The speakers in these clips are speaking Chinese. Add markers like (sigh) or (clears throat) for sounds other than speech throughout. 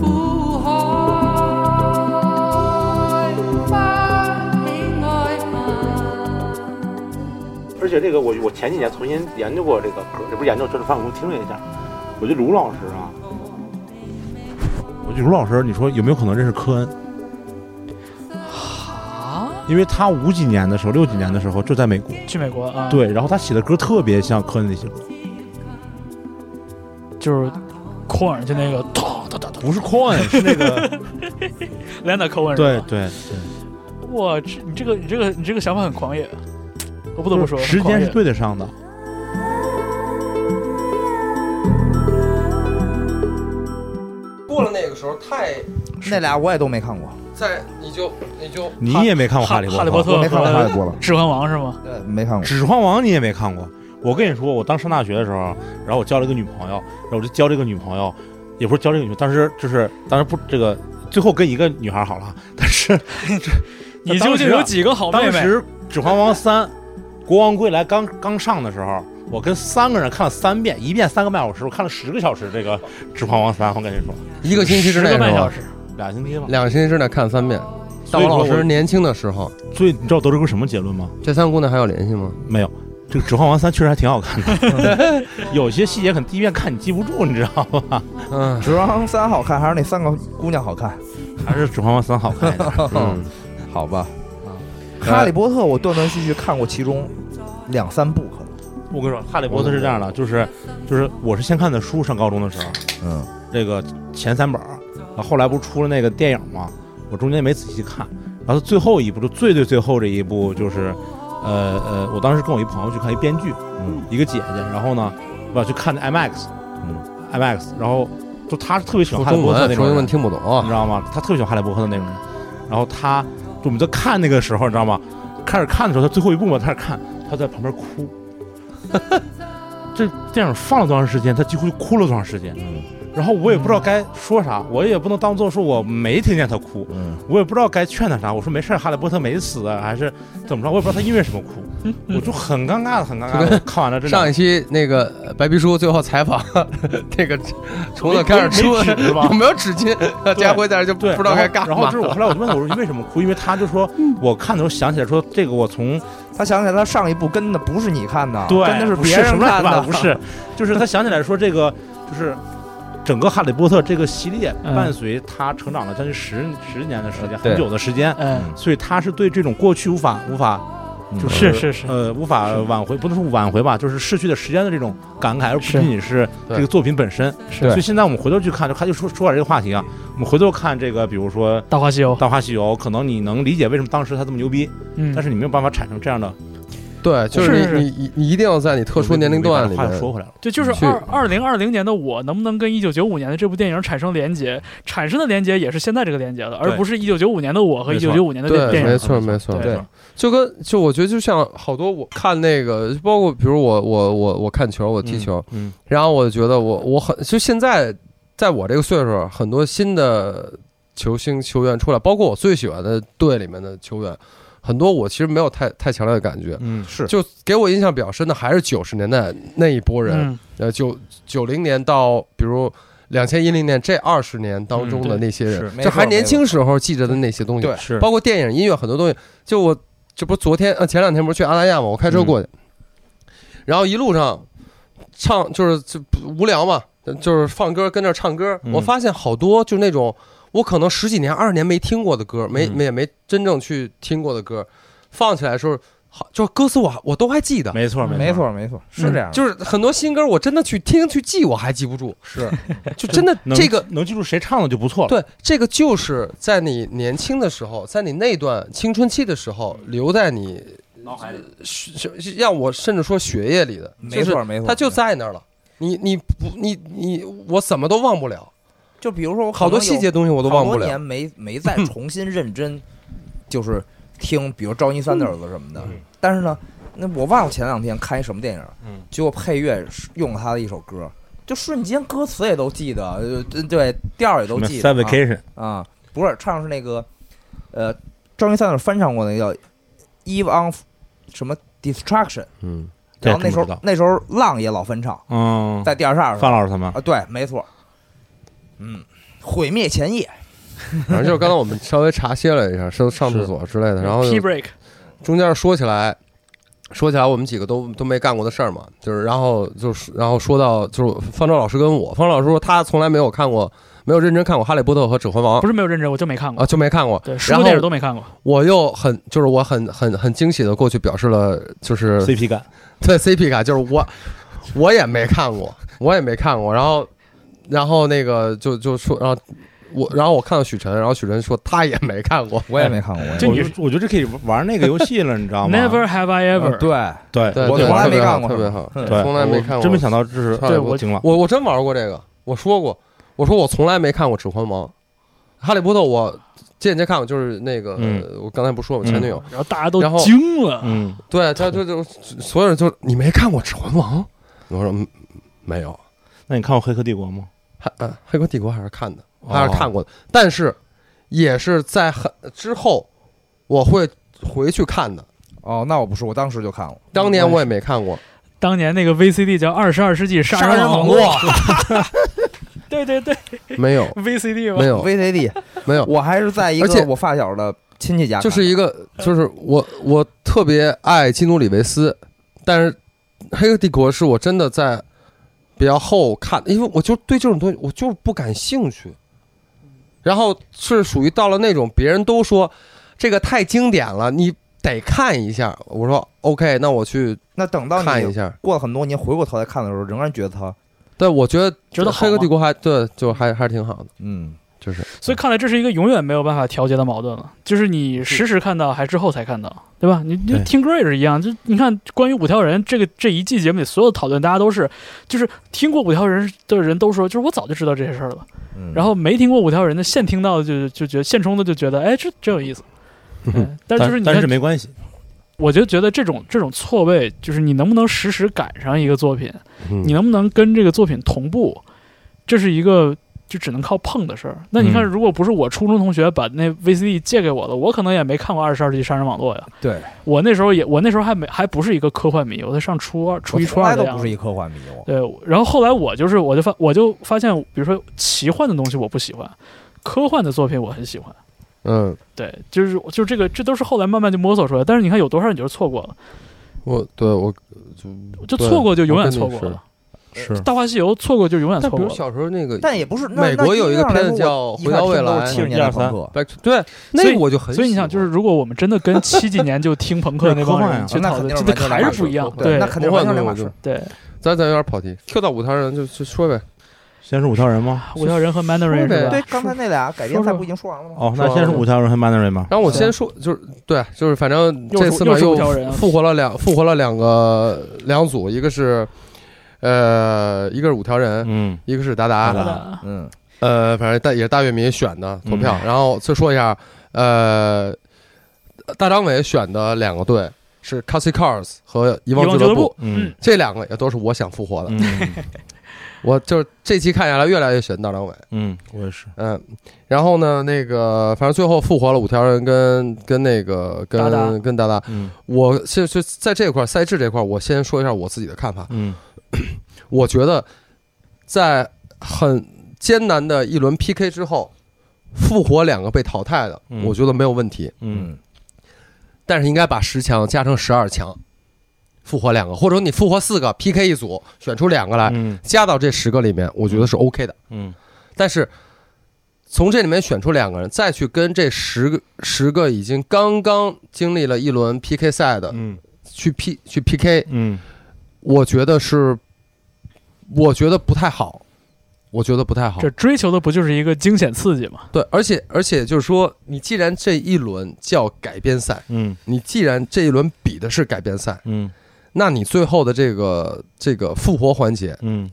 苦海花喜愛問。而且这个我我前几年重新研究过这个歌，这不是研究，就是反复听了一下。我觉得卢老师啊，我觉得卢老师，你说有没有可能认识科恩？啊，因为他五几年的时候，六几年的时候就在美国，去美国啊，，对，然后他写的歌特别像科恩那些歌，就是科尔就那个咚咚咚咚，不是 Coin，是那个，连打科尔对，对哇，这你这个你这个你这个想法很狂野，我不得对，不说，时很狂间野是对得上的。过了那个时候，太那俩我也都没看过，在你就你就你也没看过《哈利波哈哈利特波》，特 (laughs) 我没 (laughs) 看过《和哈利波特》了，指环王是吗？对，没看《过。指环王》你也没看过。我跟你说，我当上大学的时候，然后我交了一个女朋友，然后我就交这个女朋友，也不是交这个女，当时就是当时不这个，最后跟一个女孩好了， (laughs) 但是这你究竟有几个好妹当妹？时《指环王三》国王归来刚刚上的时候，我跟三个人看了三遍，一遍三个半小时，我看了十个小时这个《指环王三》，我跟你说，一个星期之十内个是半小吧？时，俩星期吧。两个星期之内看三遍。所大以王说老我师年轻的时候，所以你知道得出个什么结论吗？这三个姑娘还有联 (laughs) 系吗？没有，这个《指环王三》确实还挺好看的， (laughs) 有些细节可能第一遍看你记不住，你知道吗？ (laughs) 嗯《指环王三》好看，还是那三个姑娘好看？还是《指环王三》好看一点。嗯，好吧。《哈利波特》我断断续续看过其中两三部，可能。我跟你说，《哈利波特》是这样的，就是就是我是先看的书，上高中的时候，嗯，这个前三本儿，啊，后来不是出了那个电影嘛，我中间没仔细看，然后最后一部就最最最后这一部就是，呃呃，我当时跟我一朋友去看一编剧，嗯，一个姐姐，然后呢，我去看的 IMAX，嗯，IMAX，然后就她是特别喜欢说哈利中波特文那说种英文人，听不懂你知道吗？她特别喜欢哈利波特的那种人，然后她就我们在看那个时候，你知道吗？开始看的时候，她最后一部嘛，她开始看，她在旁边哭。 (laughs) 这电影放了多长时间，她几乎就哭了多长时间。嗯然后我也不知道该说啥，我也不能当做说我没听见他哭，嗯，我也不知道该劝他啥。我说没事儿，哈利波特没死啊，还是怎么着？我也不知道他因为什么哭，我就很尴尬的，很尴尬的。看完了这两上一期那个呃白皮书最后采访 (laughs) 那个虫子开始没出没纸是吧有 (laughs) 没有纸巾，家辉在这就不对，知道该干嘛。然后然后就是我后来我就问他，我说你为什么哭？因为他就说，我看的时候想起来说这个我从 (laughs) 他想起来他上一部跟的不是你看的，对啊跟的不是别人什么乱看七八糟的，不 (laughs) 是，就是他想起来说这个就是。整个《哈利波特》这个系列嗯伴随他成长了将近十十年的时间，对很久的时间，嗯，所以他是对这种过去无法无法嗯就是是是呃，无法挽回，不能说挽回吧，就是逝去的时间的这种感慨，而不是仅仅是这个对作品本身。是对所以现在我们回头去看，就看就说说点这个话题啊，我们回头看这个，比如说《大话西游，大话西游》，可能你能理解为什么当时他这么牛逼，嗯，但是你没有办法产生这样的对，就是是你你你一定要在你特殊年龄段里话面又，说回来了，对，就是去二二零二零年的我，能不能跟一九九五年的这部电影产生连接？产生的连接也是现在这个连接的，而不是一九九五年的我和没一错九九五年的对电没影。错没错对对就跟就我觉得就像好多我看那个，包括比如我我我我看球，我踢球，，嗯，然后我觉得我我很就现在在我这个岁数，很多新的球星球员出来，包括我最喜欢的队里面的球员，很多我其实没有太太强烈的感觉。嗯，是就给我印象比较深的还是九十年代那一波人，嗯，呃，九九零年到比如两千一零年这二十年当中的嗯那些人，是就还年轻时候记着的那些东西，对是，包括电影、音乐很多东西。就我这不昨天呃前两天不是去阿那亚嘛，我开车嗯过去，然后一路上唱就是就无聊嘛，就是放歌跟那儿唱歌。嗯我发现好多就那种我可能十几年、二十年没听过的歌，没嗯没也没真正去听过的歌，放起来的时候，好就是歌词我还我都还记得。没错没错，错没错，是这样的，就是很多新歌，我真的去听去记，我还记不住，是就真的 (laughs) 能这个能记住谁唱的就不错了，对，这个就是在你年轻的时候，在你那段青春期的时候，留在你呃脑海里是是是让我甚至说血液里的，嗯没就是错没错，它就在那儿了。你你不你你我怎么都忘不了，就比如说我可能好多有细节东西我都好忘不多了年。没没 (laughs) 再重新认真，就是听，比如赵一三的儿子什么的。嗯但是呢，那我忘了前两天看一什么电影，嗯结果配乐是用了他的一首歌，就瞬间歌词也都记得，呃对对，调儿也都什么记得。 Sad Vacation，啊啊，不是唱的是那个，呃，赵一三的翻唱过那个叫《Eve on》什么 Destruction。嗯，这然后真不那时知候道那时候浪也老翻唱，嗯，在第二十二范老师他们啊，对，没错，嗯，毁灭前夜，反正就是刚才我们稍微茶歇了一下，上上厕所之嗯类的，然后 P break 中间说起来，说起来我们几个都都没干过的事儿嘛，就是然后就是然后说到就是方舟老师跟我，方舟老师说他从来没有看过，没有认真看过《哈利波特》和《指环王不》是没有认真，我就没看过啊，。就没看过。对，书然后电影都没看过。我又很就是我很很很惊喜的过去表示了，就是，CP 感，对 CP 卡，就是我我也没看过，我也没看过。然后然后那个就就说，然后我然后我看到许晨，然后许晨说他也没看过。我也没看过，我也就我你觉得我觉得这可以玩那个游戏了，你知道吗 Never have I 嗯 ever。对，对对，我对从来特别没好干过特别是吧好。嗯对，从来没看过我真没想到，就是对差点我惊了。我我真玩过这个，我说过，我说我从来没看过《指环王》，《哈利波特》我间接看过，就是那个、嗯我刚才不是说我前女友，然后大家都然后惊了，嗯，对他就就所有人就你没看过《指环王》，我说嗯没有，那你看过《黑客帝国》吗？还呃《黑客帝国》还是看的，哦还是看过的，但是也是在很之后我会回去看的，哦，那我不是，我当时就看了，当年我也没看过，当年那个 VCD 叫《二十二世纪杀人网络》， (laughs) 对对对没有，VCD 没嘛，有 (laughs) VCD，没有，我还是在一哦而且个我发小的亲戚家看，就是一个，就是我我特别爱基努里维斯，但是《黑客帝国》是我真的在比较后看，因为我就对这种东西我就是不感兴趣。然后是属于到了那种别人都说这个太经典了，你得看一下。我说 OK，那我去那等到看一你下。过了很多年回过头来看的时候，仍然觉得他，但我觉得觉得《黑好客吗帝国》还对，就还还是挺好的，嗯，就是所以看来这是一个永远没有办法调节的矛盾了，就是你时时看到还之后才看到，对吧？你就对听歌也是一样，就你看关于五条人这个这一季节目里所有讨论，大家都是就是听过五条人的人都说，就是我早就知道这些事儿了，嗯然后没听过五条人的现听到的就就觉得现冲的就觉得哎这真有意思，嗯但就是但你但看是没关系，我就觉得这种这种错位，就是你能不能实时赶上一个作品，你嗯，能不能跟这个作品同步，这是一个就只能靠碰的事儿。那你看，嗯如果不是我初中同学把那 VCD 借给我的，我可能也没看过《二十二世纪杀人网络》呀。对，我那时候也，我那时候还没还不是一个科幻迷，我在上初二、初一、我初从二来的都样不子是。一科幻迷，我对，然后后来我就是，我就发，我就发现，比如说奇幻的东西我不喜欢，科幻的作品我很喜欢。嗯，对，就是就这个，这都是后来慢慢就摸索出来。但是你看，有多少你就是错过了，我对我就对错过就永远我跟你错过是了。是《大话西游》错过就永远但错过比如了。小时候那个但也不是那美国有一个片子叫回到未来七十年代朋克， Back to- 对那所以个我就很所以你想，就是如果我们真的跟七几年就听朋克那帮人去那讨肯论，定这是个完全还两码是事不一样儿。对那肯定完全两码事儿。对，咱咱有点跑题，Q 到五条人就就说呗，先是五条人吗？五条人和 Mandarin 说是呗对吧？，刚才那俩改编赛不已经说完了吗？哦，那先是五条人和 Mandarin 吗？然后我对先说，就是对，就是反正又是这次嘛又是五又条人啊复活了两复活了两个两组，一个是呃一个是五条人，嗯，一个是达达达，的嗯，呃，反正大也是大乐迷选的投票。嗯然后再说一下，呃，大张伟选的两个队是 c a s i Cars 和遗遗忘忘俱俱乐乐部，嗯这两个也都是我想复活的。嗯我就是这期看下来越来越喜欢大张伟。嗯，我也是，嗯，然后呢，那个反正最后复活了五条人跟跟那个跟达达跟达达。嗯我现在就在这块儿赛制这块，儿，我先说一下我自己的看法。嗯我觉得在很艰难的一轮 PK 之后，复活两个被淘汰的，嗯我觉得没有问题。嗯，但是应该把十强加成十二强，复活两个，或者你复活四个 PK 一组，选出两个来，嗯加到这十个里面，我觉得是 OK 的。嗯但是从这里面选出两个人，再去跟这十个十个已经刚刚经历了一轮 PK 赛的嗯去 P 去 PK，嗯我觉得是，我觉得不太好，我觉得不太好这。追求的不就是一个惊险刺激吗？对，而且而且就是说，你既然这一轮叫改编赛，嗯你既然这一轮比的是改编赛，嗯那你最后的这个这个复活环节，嗯，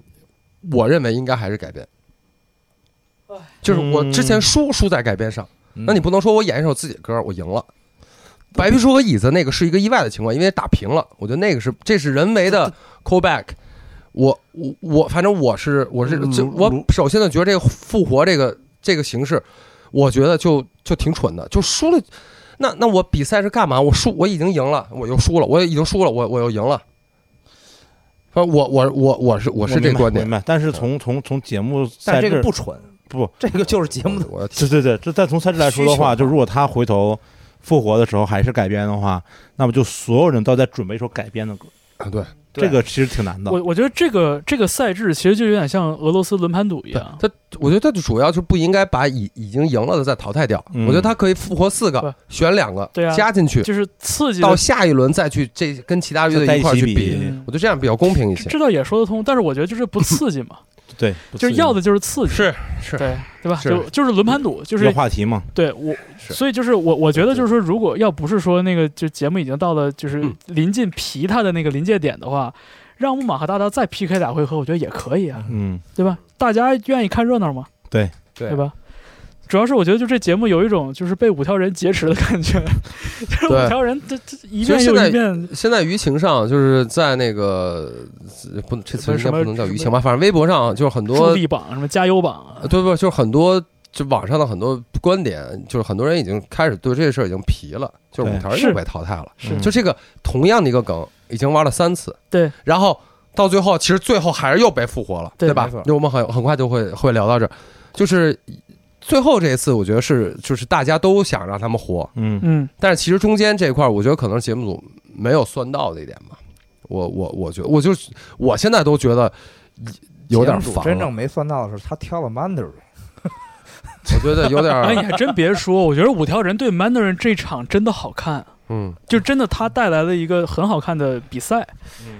我认为应该还是改编。就是我之前输输在改编上。嗯那那你不能说我演一首自己的歌，我赢了。白皮书和椅子那个是一个意外的情况，因为打平了。我觉得那个是这是人为的 callback。我我我，反正我是我是嗯就嗯我首先呢觉得这个复活这个这个形式，我觉得就就挺蠢的，就输了。那那我比赛是干嘛？我输我已经赢了，我又输了，我已经输了，我我又赢了。反正我我我我是我是这明白观点明，白。但是从从从节目但赛这制个不蠢，不，这个就是节目的我要对对对，这但从赛制来说的话，就如果他回头复活的时候还是改编的话，那么就所有人都在准备一首改编的歌，啊对，对这个其实挺难的。我我觉得这个这个赛制其实就有点像俄罗斯轮盘赌一样，他我觉得他主要就不应该把已已经赢了的再淘汰掉，嗯我觉得他可以复活四对个，选两个对啊加进去，就是刺激的到下一轮再去这跟其他乐在队一块儿起去比，嗯我觉得这样比较公平一这些。这倒也说得通，但是我觉得就是不刺激嘛，对，不就是刺激要的就是刺激，是是对对吧？是就就是轮盘赌，就要是话题嘛，对我，是所以就是我我觉得就是说，如果要不是说那个就节目已经到了就是嗯临近皮他的那个临界点的话，让木马和大大再 PK 俩回合，我觉得也可以啊，嗯，对吧？大家愿意看热闹嘛，对对对吧？主要是我觉得就这节目有一种就是被五条人劫持的感觉，就是五对条人这这一其实遍现又在一遍，现在舆情上就是在那个呃不这词应该不能叫舆情吧，反正微博上就是很助多力榜什么加油榜啊，呃对不就是很多就网上的很多观点，就是很多人已经开始对这事儿已经疲了，就是对五条是又被淘汰了。是嗯就这个同样的一个梗，已经玩了三次，对，然后到最后，其实最后还是又被复活了，对对吧没错？那我们很很快就会会聊到这儿，就是最后这一次，我觉得是就是大家都想让他们活，嗯嗯，但是其实中间这一块儿，我觉得可能是节目组没有算到的一点吧。我我我觉得，我就我现在都觉得 (laughs) 有点节目组烦真了正，没算到的是，他挑了 Mandarin，我觉得有点 (laughs) 哎，你儿还真别说，我觉得五条人对 Mandarin 这场真的好看，嗯，就真的他带来了一个很好看的比赛。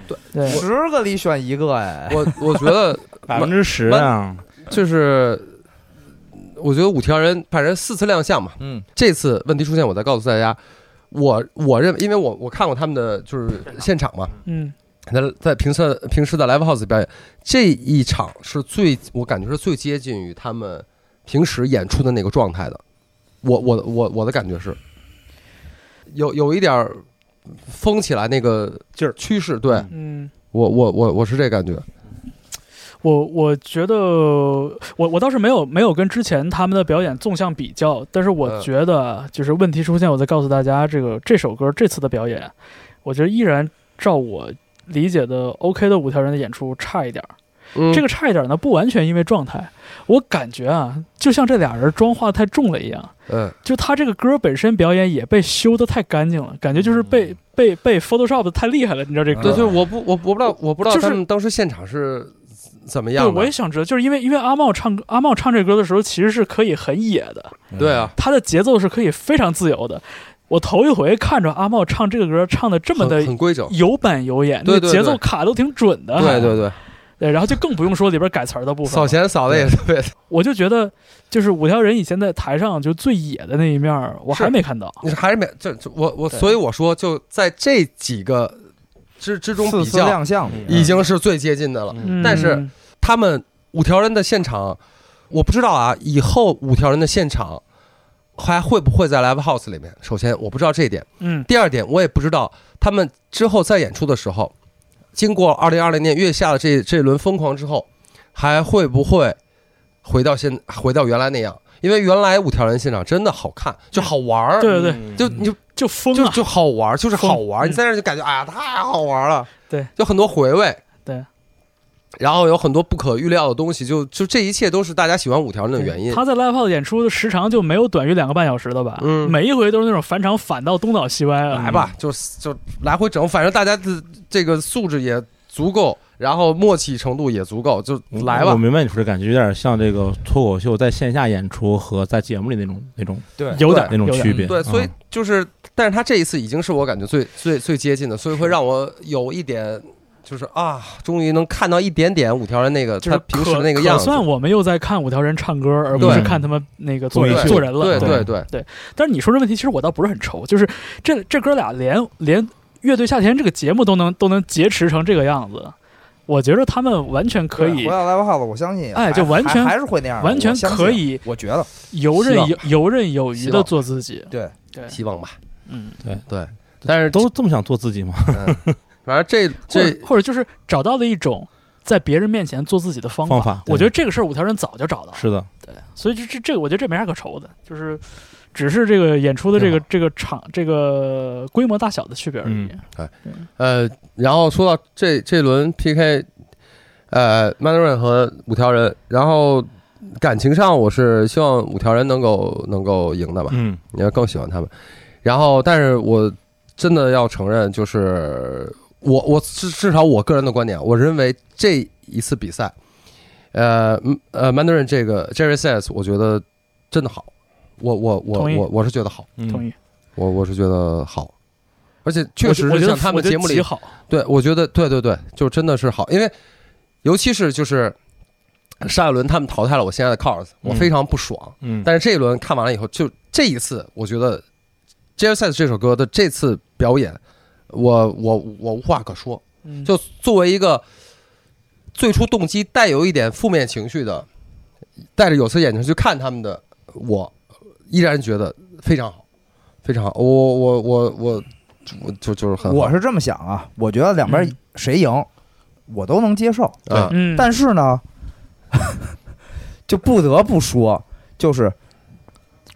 对对十个里选一个，哎，我我觉得百分之十啊，就是。我觉得五条人反正四次亮相嘛，嗯，这次问题出现，我再告诉大家，我我认为，因为我我看过他们的就是现场嘛，嗯，在在平时平时的 live house 表演，这一场是最我感觉是最接近于他们平时演出的那个状态的，我我我我的感觉是，有有一点儿疯起来那个劲儿趋势，对嗯嗯，我我我我是这感觉，我我觉得我我倒是没有没有跟之前他们的表演纵向比较，但是我嗯觉得就是问题出现，我再告诉大家这个这首歌这次的表演，我觉得依然照我理解的 OK 的五条人的演出差一点儿。嗯，这个差一点儿呢，不完全因为状态，我感觉啊，就像这俩人妆化太重了一样。嗯就他这个歌本身表演也被修得太干净了，感觉就是被、嗯被被 Photoshop 得太厉害了，你知道这个对，歌就吗？是我不我我不知道我不知道就是他们当时现场是怎么对，样我也的，想知道，就是因为因为阿茂唱歌阿茂唱这歌的时候，其实是可以很野的，对啊，，他的节奏是可以非常自由的。我头一回看着阿茂唱这个歌，唱的这么很的很规整，有板有眼，对对那节对奏卡都挺准的。对对对对。然后就更不用说里边改词儿的部分扫了。弦扫的也特别，我就觉得，就是五条人以前在台上就最野的那一面儿，我还是没看到。你还是没这这我我，对所以我说就在这几个之之中四比次较，亮相，嗯已经是最接近的了。嗯但是嗯他们五条人的现场，我不知道啊，以后五条人的现场还会不会在 live house 里面？首先我不知道这一点，嗯，第二点我也不知道他们之后再演出的时候，经过二零二零年月下的这这一轮疯狂之后，还会不会回到现回到原来那样？因为原来五条人现场真的好看，就好玩儿，对对对，就你就就疯就了。就好玩儿，就是疯好玩嗯儿。你在那儿就感觉哎呀，太好玩儿了，对，就很多回味，对。然后有很多不可预料的东西，就就这一切都是大家喜欢五条人的原因。他在 live house 演出的时长就没有短于两个半小时的吧？嗯每一回都是那种返场反到东倒西歪来啊。吧，就是就来回整，反正大家的这个素质也足够，然后默契程度也足够，就来我吧。明白你说的感觉，有点像这个脱口秀在线下演出和在节目里那种那种对有点那种有点区别。对，所以嗯就是，但是他这一次已经是我感觉最最最接近的，所以会让我有一点，就是啊，终于能看到一点点五条人那个就他是平时的可那个样可子。算我们又在看五条人唱歌，而不对是看他们那个做综艺嗯人秀做人了。嗯对对对对，但是你说这问题，其实我倒不是很愁，就是这这哥俩连连乐队夏天这个节目都能都能劫持成这个样子，我觉得他们完全可以回，啊到 Live House，我相信也还，哎就完全还还是会那样的，完全我相信可，以我觉得，游刃希望游游刃有余希的望做自己。对，对，希望吧。嗯，对，但是都这么想做自己吗？嗯反正这或这者或者就是找到了一种在别人面前做自己的方方法对嗯我觉得这个事儿五条人早就找到了。是的，对，所以这这这个我觉得这没啥可愁的，就是只是这个演出的这个挺这个场这个规模大小的区别而已。呃，然后说到这这轮 PK，呃 m a n d a r i n 和五条人，然后感情上我是希望五条人能够能够赢的吧，嗯你要更喜欢他们。然后，但是我真的要承认，就是我我至至少我个人的观点，我认为这一次比赛，呃嗯呃 Mandarin 这个 Jerry Says，我觉得真的好，我我我同意我我是觉得好，嗯，同意，我我是觉得好，而且确我实我是觉得像他们我觉得节目里极好，对，我觉得对对对，就真的是好，因为尤其是就是上一轮他们淘汰了我现在的 cars，我嗯非常不爽。嗯，但是这一轮看完了以后，就这一次，我觉得 Jerry Says 这首歌的这次表演，我我我无话可说。嗯就作为一个最初动机带有一点负面情绪的，带着有色眼镜去看他们的，我依然觉得非常好，非常好。我我我我我就就是很好我是这么想啊，我觉得两边嗯谁赢，我都能接受。啊嗯，但是呢， (laughs) 就不得不说，就是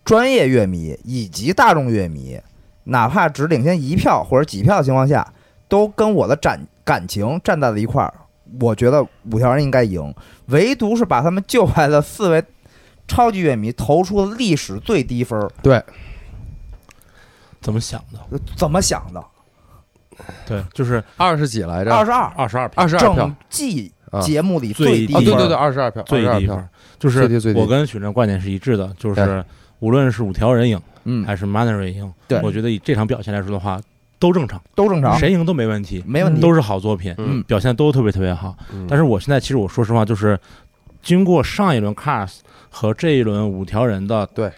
专业乐迷以及大众乐迷，哪怕只领先一票或者几票的情况下，都跟我的感感情站在了一块儿。我觉得五条人应该赢，唯独是把他们救来的四位超级乐迷投出了历史最低分儿，对怎么想的？怎么想的？对，就是二十几来着，二十二，二十二票，二十二票整季啊节目里最最低低啊，分对儿。对对，二十二票，最二低票，分，就是最低最低我跟许晨观点是一致的，就是对无论是五条人赢嗯，还是 Manary 赢，对我觉得以这场表现来说的话，都正常，都正常，谁赢都没问题，没问题。都是好作品，嗯表现都特别特别好。嗯但是我现在其实我说实话，就是经过上一轮 Cars 和这一轮五条人的对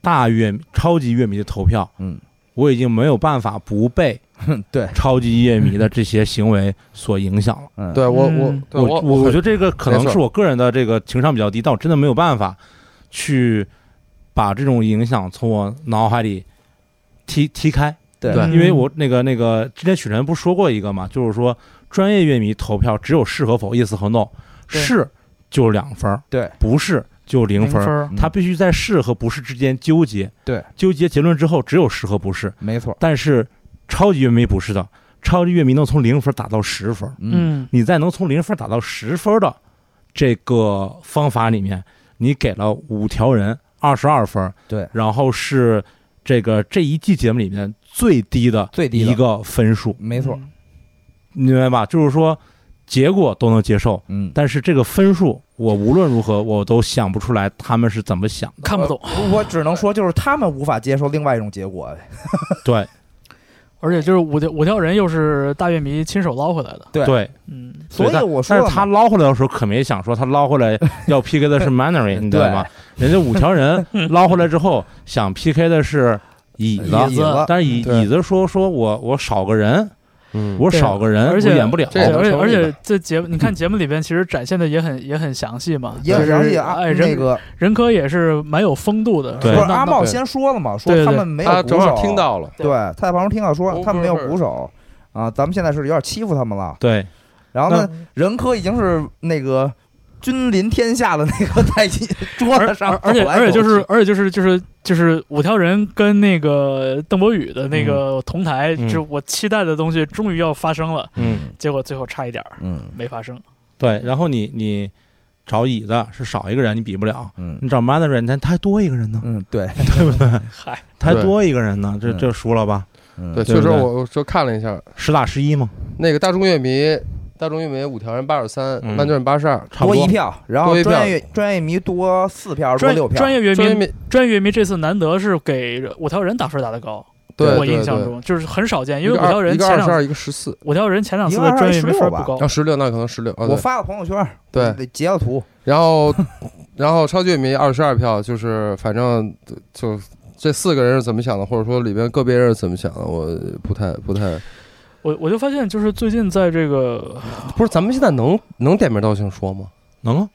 大乐迷超级乐迷的投票，嗯，我已经没有办法不 (laughs) 被对，超级乐迷的这些行为所影响了。嗯，对我我嗯对我我觉得这个可能没错是我个人的这个情商比较低，但我真的没有办法去把这种影响从我脑海里踢踢开。对对因为我那个那个之前许晨不说过一个嘛，就是说专业乐迷投票只有是和否，yes 和 no，对是就两分儿，对，不是就零零分分儿。儿，他必须在是和不是之间纠结，对，纠结结论之后只有是和不是。没错，但是超级乐迷不是的，超级乐迷能从零分儿打到十分儿，嗯，嗯你在能从零分儿打到十分儿的这个方法里面，你给了五条人二十二分儿，对然后是这个这一季节目里面最低的最低的一个分数，没错，，嗯你明白吧？就是说结果都能接受，嗯，但是这个分数我无论如何我都想不出来他们是怎么想的。看不懂。我只能说就是他们无法接受另外一种结果。对而且就是五条五条人又是大乐迷亲手捞回来的，对对，嗯，所以但我说但了是他嘛捞回来的时候可没想说他捞回 (laughs) 来要 PK 的是 Mandarin，你知道吗？人家五条人 (laughs) 捞回来之后想 PK 的是椅子，椅子但是椅对椅子说说我我少个人，嗯我对少个人，而我且演不了。这也对而能且成立而且吧这节目，你看节目里边其实展现的也很也很详细嘛，也就是很详细啊，哎，那人个人科也是蛮有风度的，不对是那阿茂对先说了嘛，说对对他们没有他鼓正好手，听，到了，对，他在旁边听到说哦他们没有不是鼓手啊，咱们现在是有点欺负他们了。对，然后呢，任科已经是那个君临天下的那个在桌而子上而而且走来走而且就是去而且就是就是就是五条人跟那个邓博宇的那个同台，嗯就是我期待的东西终于要发生了，嗯结果最后差一点儿嗯没发生。对，然后你你找椅子是少一个人，你比不了。嗯你找 Mandarin，他他还多一个人呢，嗯，对，嗨，他还对多一个人呢，这嗯这输了吧？嗯对，对确实对对我我就看了一下，十打十一嘛，那个大众乐迷，大众乐迷五条人八十三，嗯曼卷八十二，差不多多一票，然后多一票专业专业迷多四票，多专六票，专业乐专业迷迷专业乐迷这次难得是给五条人打分打得高，对我印对象对，中就是很少见，因为一五个条二一人个前二十两哦二，一个十四，五条人前两次一个的二专业十没六分吧不高啊，，十六那可能十六，啊我对发个朋友圈，对得截个图，然后然后超级乐迷二十二票，就是反正就这四个人是怎么想的，或者说里边个别人是怎么想的，我不太不太我我就发现就是最近在这个，不是，咱们现在能能点名道姓说吗？能啊，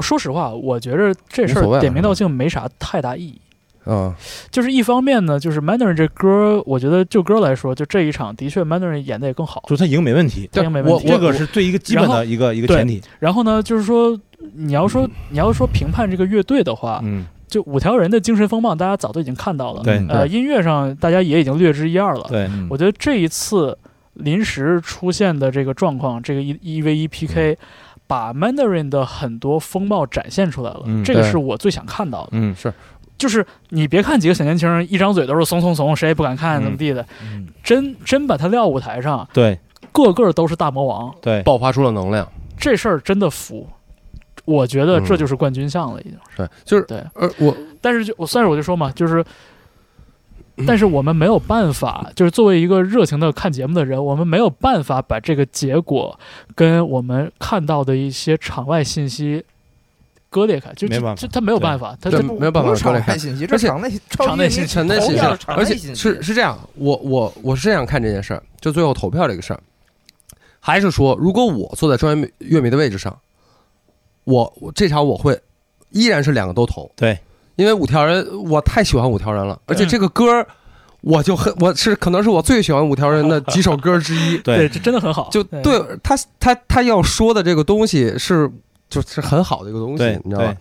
说实话，我觉着这事无所谓儿了点名道姓没啥太大意义。啊，就是一方面呢，就是 Mandarin 这歌，我觉得就歌来说，就这一场的确 Mandarin 演的也更好。就他赢没问题，这个没问我题这我个是最一个基本的一个一个对前提。然后呢，就是说你要说你要说评判这个乐队的啊话，嗯，就五条人的精神风貌，大家早都已经看到了。对呃，音乐上大家也已经略知一二了。对，嗯我觉得这一次临时出现的这个状况，这个一一 v 一 PK，把嗯 Mandarin 的很多风貌展现出来了，嗯这个对是我最想看到的。嗯就是你别看几个小年轻人一张嘴都是怂怂怂，谁也不敢嗯看怎么地的，嗯真真把他撂舞台上，对个个都是大魔王，对，爆发出了能量。这事儿真的服。我觉得这就是冠军相了，已经。对，就是对，而我但是就我算是我就说嘛，就是，但是我们没有办法，就是作为一个热情的看节目的人，我们没有办法把这个结果跟我们看到的一些场外信息割裂开，就没办法就他没有办法，他对他没有办法不过是场来外看信息，而这且场内场内信息场内投信息票是，场内而且信息是是这样，我我我是这样看这件事儿，就最后投票这个事儿，还是说，如果我坐在专业乐迷的位置上，我我这场我会依然是两个都投，对，，因为五条人我太喜欢五条人了，而且嗯这个歌儿我就很我是可能是我最喜欢五条人的几首歌之一对对，这真的很好，就对他他他要说的这个东西是就是很好的一个东西对，，你知道吧对？，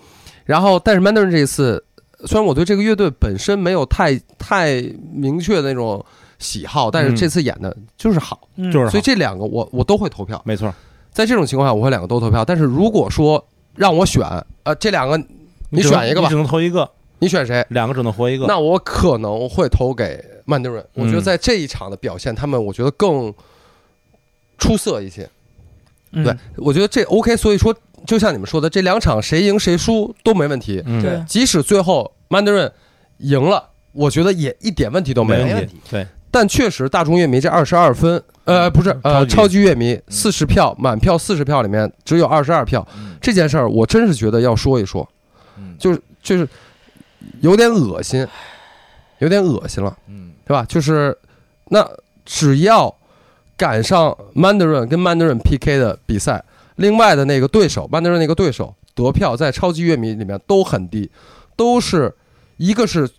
然后，但是 Mandarin 这一次，虽然我对这个乐队本身没有太太明确的那种喜好，但是嗯这次演的就是好，嗯就是所以好这两个我我都会投票。没错，在这种情况下，我会两个都投票。但是如果说让我选，呃，这两个你只能选一个吧你只能投一个，你选谁？两个只能活一个。嗯那我可能会投给 Mandarin。我觉得在这一场的表现，他们我觉得更出色一些。嗯对，我觉得这 OK。所以说，就像你们说的，这两场谁赢谁输都没问题。嗯，对即使最后曼德润赢了，我觉得也一点问题都没有。没问问题题，对，但确实，大众乐迷这二十二分，嗯呃，不是，超呃，级超级乐迷四十票，满票四十票里面只有二十二票，嗯这件事儿我真是觉得要说一说，嗯就是就是有点恶心，有点恶心了，嗯对吧？就是那只要赶上曼德润跟曼德润 PK 的比赛，另外的那个对手，曼德润那个对手得票在超级乐迷里面都很低，都是一个是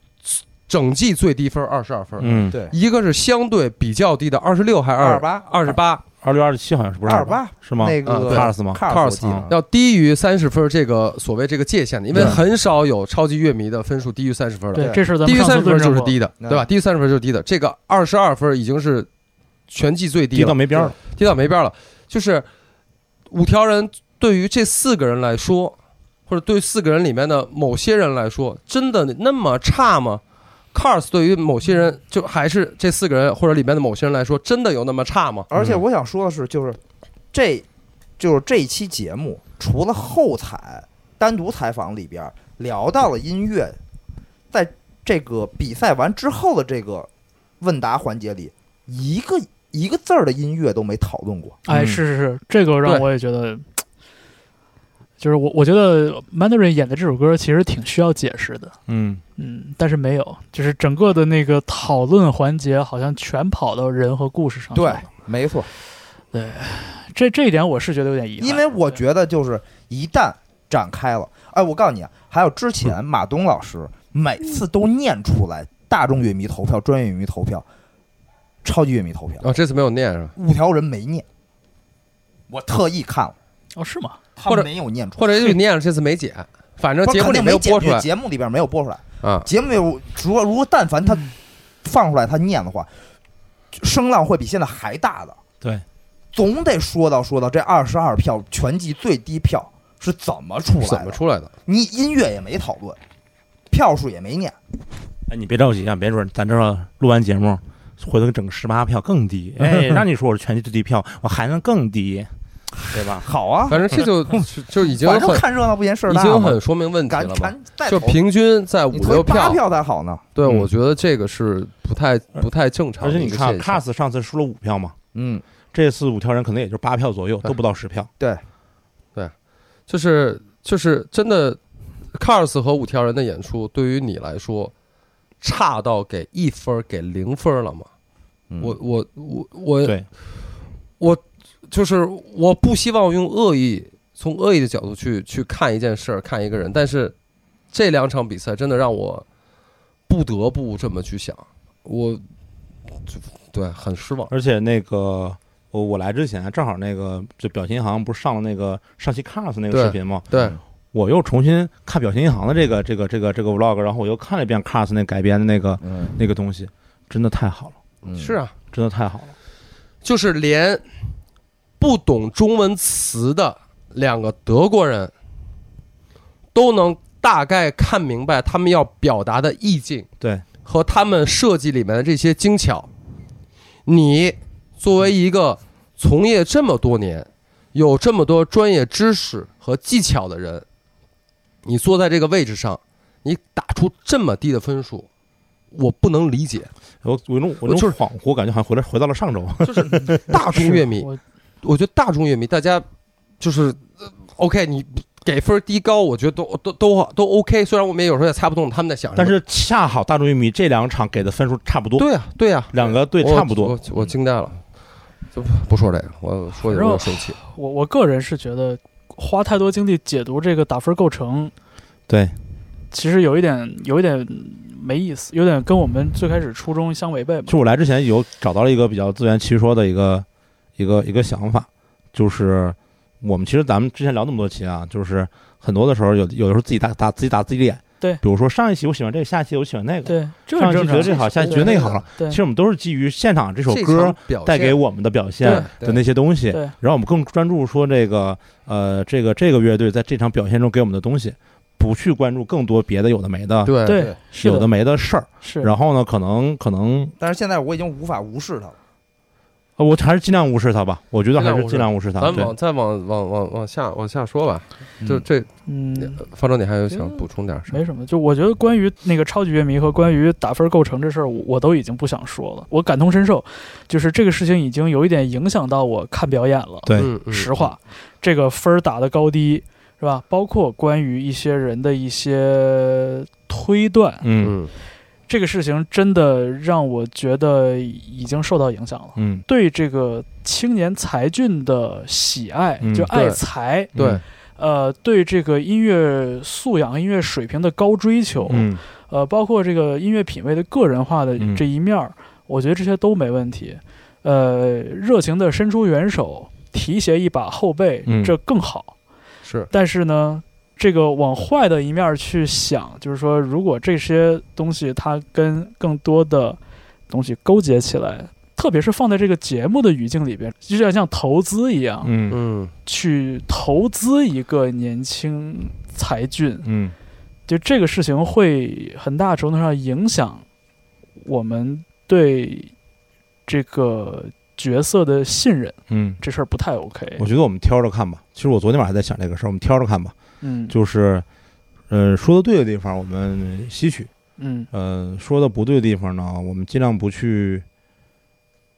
整季最低分二十二分，嗯，对一个是相对比较低的二十六还二二八二十八，啊二六二十七好像是不是二八是吗？那个对卡尔斯吗？卡卡尔尔斯斯基嘛要低于三十分这个所谓这个界限的，因为对很少有超级乐迷的分数低于三十分的，对，这事儿咱低们于上三次十论分证就是过，低的，嗯对吧？低于三十分就是低的，这个二十二分已经是全季最低低了到，没边儿了，低到没边儿了。就是五条人对于这四个人来说，或者对四个人里面的某些人来说，真的那么差吗？Cars 对于某些人，就还是这四个人或者里面的某些人来说，真的有那么差吗？而且嗯我想说的是，就是这就是这一期节目除了后采单独采访里边儿聊到了音乐，在这个比赛完之后的这个问答环节里，一个一个字儿的音乐都没讨论过。哎，嗯是是是，这个让对我也觉得。就是我，我觉得 Mandarin 演的这首歌其实挺需要解释的，嗯，嗯，但是没有，就是整个的那个讨论环节好像全跑到人和故事上去对了。，没错，这这一点我是觉得有点遗憾，因为我觉得就是一旦展开了，哎，我告诉你啊，还有之嗯前马东老师每次都念出来大众乐迷投票、专业乐迷投票、超级乐迷投票。啊，这次没有念是吧？五条人没念，我特意看了，哦是吗？他或者没有念出来，或者也许念了，这次没剪，反正不是节目肯里定没有没播剪出来节目里边没有播出来，啊。节目里有如果如果但凡他嗯放出来他念的话，声浪会比现在还大的，对，总得说到说到这二十二票全季最低票是怎么出怎来么的？出来的？你音乐也没讨论，票数也没念，哎，你别着急啊，别准咱这录完节目，回头整个十八票更 (laughs) 低，哎，让你说我是全季最低票，我还能更低，对吧？好啊，反正这 (laughs) 就就就已经反正很看热闹不嫌事儿已大经嘛很，说明问题赶了嘛。赶再就投平均在五你六投八票才好呢，对，嗯我觉得这个是不太不太正常而的且一你个看现象。 ，Cars 上次输了五票嘛，嗯，这次五条人可能也就八票左右，都不到十票。就是就是真的，Cars 和五条人的演出对于你来说，差到给一分儿给零分儿了吗？我我我我嗯对，我就是我不希望用恶意从恶意的角度去去看一件事儿看一个人，但是这两场比赛真的让我不得不这么去想，我就对很失望。而且那个我我我来之前正好那个就表情银行不是上了那个上期 Cars 那对个视频吗？对，我又重新看表情银行的这个这个这个这个 vlog，然后我又看了一遍 Cars 那改编的那个嗯，那个东西，真的太好了，嗯是啊，真的太好了。就是连不懂中文词的两个德国人都能大概看明白他们要表达的意境，对，和他们设计里面的这些精巧。你作为一个从业这么多年、有这么多专业知识和技巧的人，你坐在这个位置上，你打出这么低的分数，我不能理解。我我有种我有我就种是恍惚感觉，好像回来回到了上周。就是大众乐迷是，我我觉得大众乐迷大家就是、呃 OK，你给分儿低高，我觉得都都都都 OK。虽然我们也有时候也猜不懂他们在想什么，但是恰好大众乐迷这两场给的分数差不多，对呀对呀，啊两个队我差不多。我我惊呆了，就不说这个，我说反这个正我生气。我我个人是觉得花太多精力解读这个打分构成，对，其实有一点有一点没意思，有点跟我们最开始初衷相违背嘛。就我来之前有找到了一个比较自圆其说的一个一个一个想法，就是我们其实咱们之前聊那么多期啊，就是很多的时候有有的时候自己打打自己打自己脸。对比如说上一期我喜欢这个，下一期我喜欢那个。对，这上很一期正觉得这常。好，下一期觉得那个好了。对其，实我们都是基于现场这首这歌场表带给现我们的表现对的那些东西，对然后我们更专注说这个呃这个这个乐队在这场表现中给我们的东西，不去关注更多别的有的没的对对，是有的没的事儿。是。然后呢，可能可能但是现在我已经无法无视他了。呃我还是尽量无视他吧，我觉得还是尽量无视他。咱对往再往往往往下往下说吧，嗯就这，呃嗯，方舟，你还有想补充点什么？没什么，就我觉得关于那个超级乐迷和关于打分构成这事儿，我我都已经不想说了。我感同身受，就是这个事情已经有一点影响到我看表演了。对嗯，嗯实话，这个分儿打的高低是吧？包括关于一些人的一些推断，嗯嗯，这个事情真的让我觉得已经受到影响了。嗯，对这个青年才俊的喜爱，嗯就爱对才，对，呃，对这个音乐素养、音乐水平的高追求，嗯呃，包括这个音乐品味的个人化的嗯这一面儿，我觉得这些都没问题。呃，热情的伸出援手，提携一把后辈，嗯这更好。是但是呢，这个往坏的一面儿去想，就是说，如果这些东西它跟更多的东西勾结起来，特别是放在这个节目的语境里边，就像像投资一样，嗯嗯，去投资一个年轻才俊，嗯就这个事情会很大程度上影响我们对这个角色的信任，嗯，这事儿不太 OK 我。觉得我们挑着看吧。其实我昨天晚上还在想这个事儿，我们挑着看吧。嗯，就是，呃，说的对的地方我们吸取，嗯呃，说的不对的地方呢，我们尽量不去，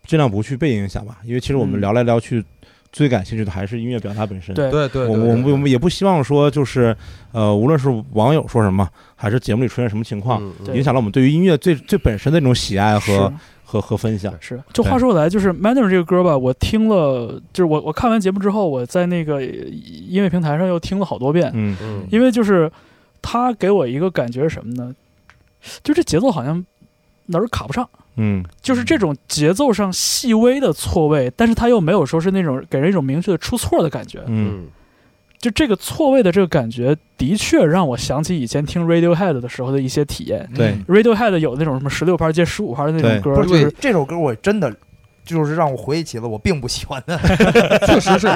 尽量不去被影响吧。因为其实我们嗯聊来聊去，最感兴趣的还是音乐表达本身。对对对，我对我们我们也不希望说就是，呃，无论是网友说什么，还是节目里出现什么情况，，嗯嗯对影响了我们对于音乐最最本身的那种喜爱和和和分享。是是。就话说回来，就是《Manner》这个歌吧，我听了，就是我我看完节目之后，我在那个呃音乐平台上又听了好多遍，嗯嗯因为就是他给我一个感觉是什么呢？就这节奏好像哪儿卡不上。嗯就是这种节奏上细微的错位，但是他又没有说是那种给人一种明确的出错的感觉。嗯嗯就这个错位的这个感觉，的确让我想起以前听 Radiohead 的时候的一些体验。对嗯 Radiohead 有那种什么十六拍接十五拍的那种对歌，不就是是这这首歌，我真的就是让我回忆起了我并不喜欢的。嗯确实是，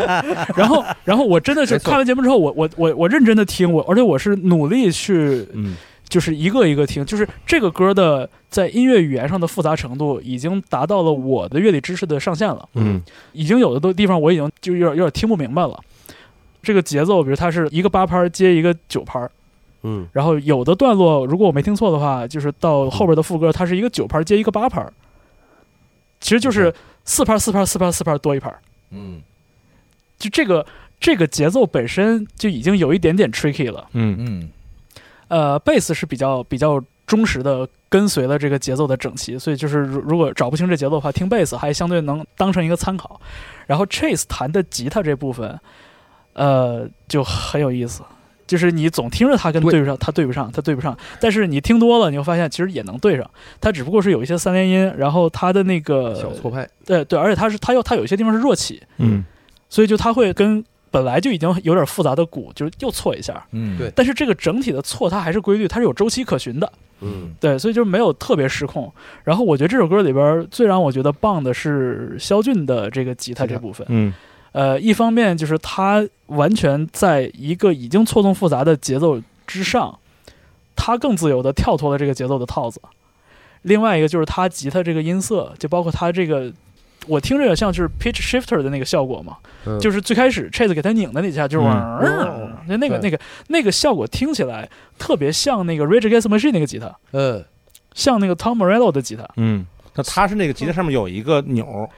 然后然后我真的是没错看完节目之后，我我我我认真的听，我而且我是努力去嗯就是一个一个听，就是这个歌的在音乐语言上的复杂程度已经达到了我的乐理知识的上限了。嗯已经有的都地方我已经就有点有点听不明白了。这个节奏，比如它是一个八拍儿接一个九拍儿，嗯然后有的段落，如果我没听错的话，就是到后边的副歌，它是一个九拍儿接一个八拍儿，其实就是四拍儿四拍儿四拍儿四拍儿多一拍儿，嗯就这个这个节奏本身就已经有一点点 tricky 了。嗯嗯呃，贝斯是比较比较忠实的跟随了这个节奏的整齐，所以就是如如果找不清这节奏的话，听贝斯还相对能当成一个参考。然后 Chase 弹的吉他这部分，呃，就很有意思，就是你总听着他跟对对不上，他对不上，他对不上。但是你听多了，你会发现其实也能对上，他只不过是有一些三连音，然后他的那个小错拍，对对，而且他是他又他有一些地方是弱起，嗯所以就他会跟本来就已经有点复杂的鼓，就是又错一下。 (laughs) 嗯对但是这个整体的错它还是规律，它是有周期可循的，嗯，对，所以就是没有特别失控。然后我觉得这首歌里边最让我觉得棒的是肖俊的这个吉他这部分，嗯呃，一方面就是他完全在一个已经错综复杂的节奏之上，他更自由的跳脱了这个节奏的套子；另外一个就是他吉他这个音色，就包括他这个，我听着也像就是 pitch shifter 的那个效果嘛，嗯就是最开始 Chase 给他拧的那一下，就是嗯嗡哦就那个那对个那个效果听起来特别像那个 Rage Against the Machine 那个吉他，嗯，像那个 Tom Morello 的吉他。嗯，那它是那个吉他上面有一个钮儿，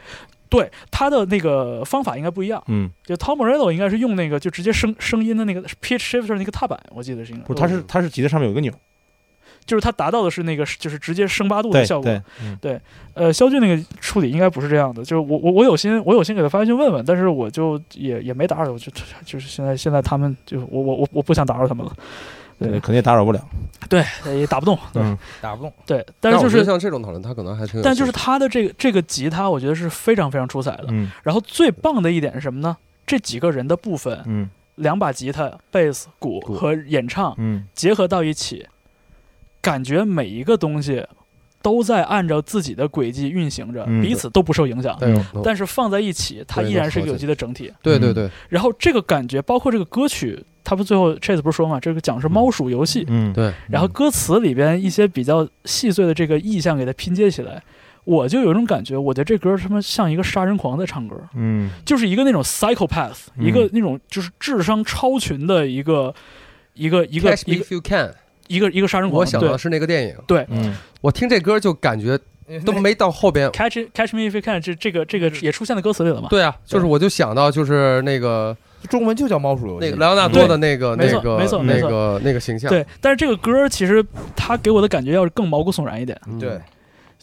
对，他的那个方法应该不一样。嗯，就 Tom Morello 应该是用那个就直接声声音的那个 pitch shifter 那个踏板，我记得是应该不是，它是它是吉他上面有一个钮儿，就是他达到的是那个就是直接升八度对的效果对。，嗯呃，肖俊那个处理应该不是这样的，就是我我我有心我有心给他发信问问，但是我就也也没打扰，我就就是现在现在他们就我我我我不想打扰他们了，对对，肯定也打扰不了，对，也打不动，对、嗯打不动。对，但是就我觉得是。像这种讨论，他可能还挺有兴趣，但就是他的这个这个吉他，我觉得是非常非常出彩的。嗯然后最棒的一点是什么呢？这几个人的部分，嗯两把吉他、贝斯、鼓鼓和演唱，嗯结合到一起，感觉每一个东西都在按照自己的轨迹运行着，嗯彼此都不受影响。带有但是放在一起，它对依然是一个有机的整体。对嗯对对然后这个感觉，包括这个歌曲，它不最后 Chase 不是说嘛，这个讲是猫鼠游戏，嗯，对，然后歌词里边一些比较细碎的这个意象给它拼接起来，我就有一种感觉，我觉得这歌他妈像一个杀人狂在唱歌。嗯就是一个那种 psychopath，、嗯一个那种就是智商超群的一个一个一个 Catch me 一个 if you can，一个一个杀人狂。我想对到是那个电影，对嗯我听这歌就感觉都没到后边。 ，catch catch me if you can，这这个这个也出现在歌词里了嘛？对啊，就是我就想到就是那个中文就叫猫鼠游那戏个。莱昂纳多的那个嗯对那个没错没那错个那个形象，对，但是这个歌其实它给我的感觉要是更毛骨悚然一点，嗯对，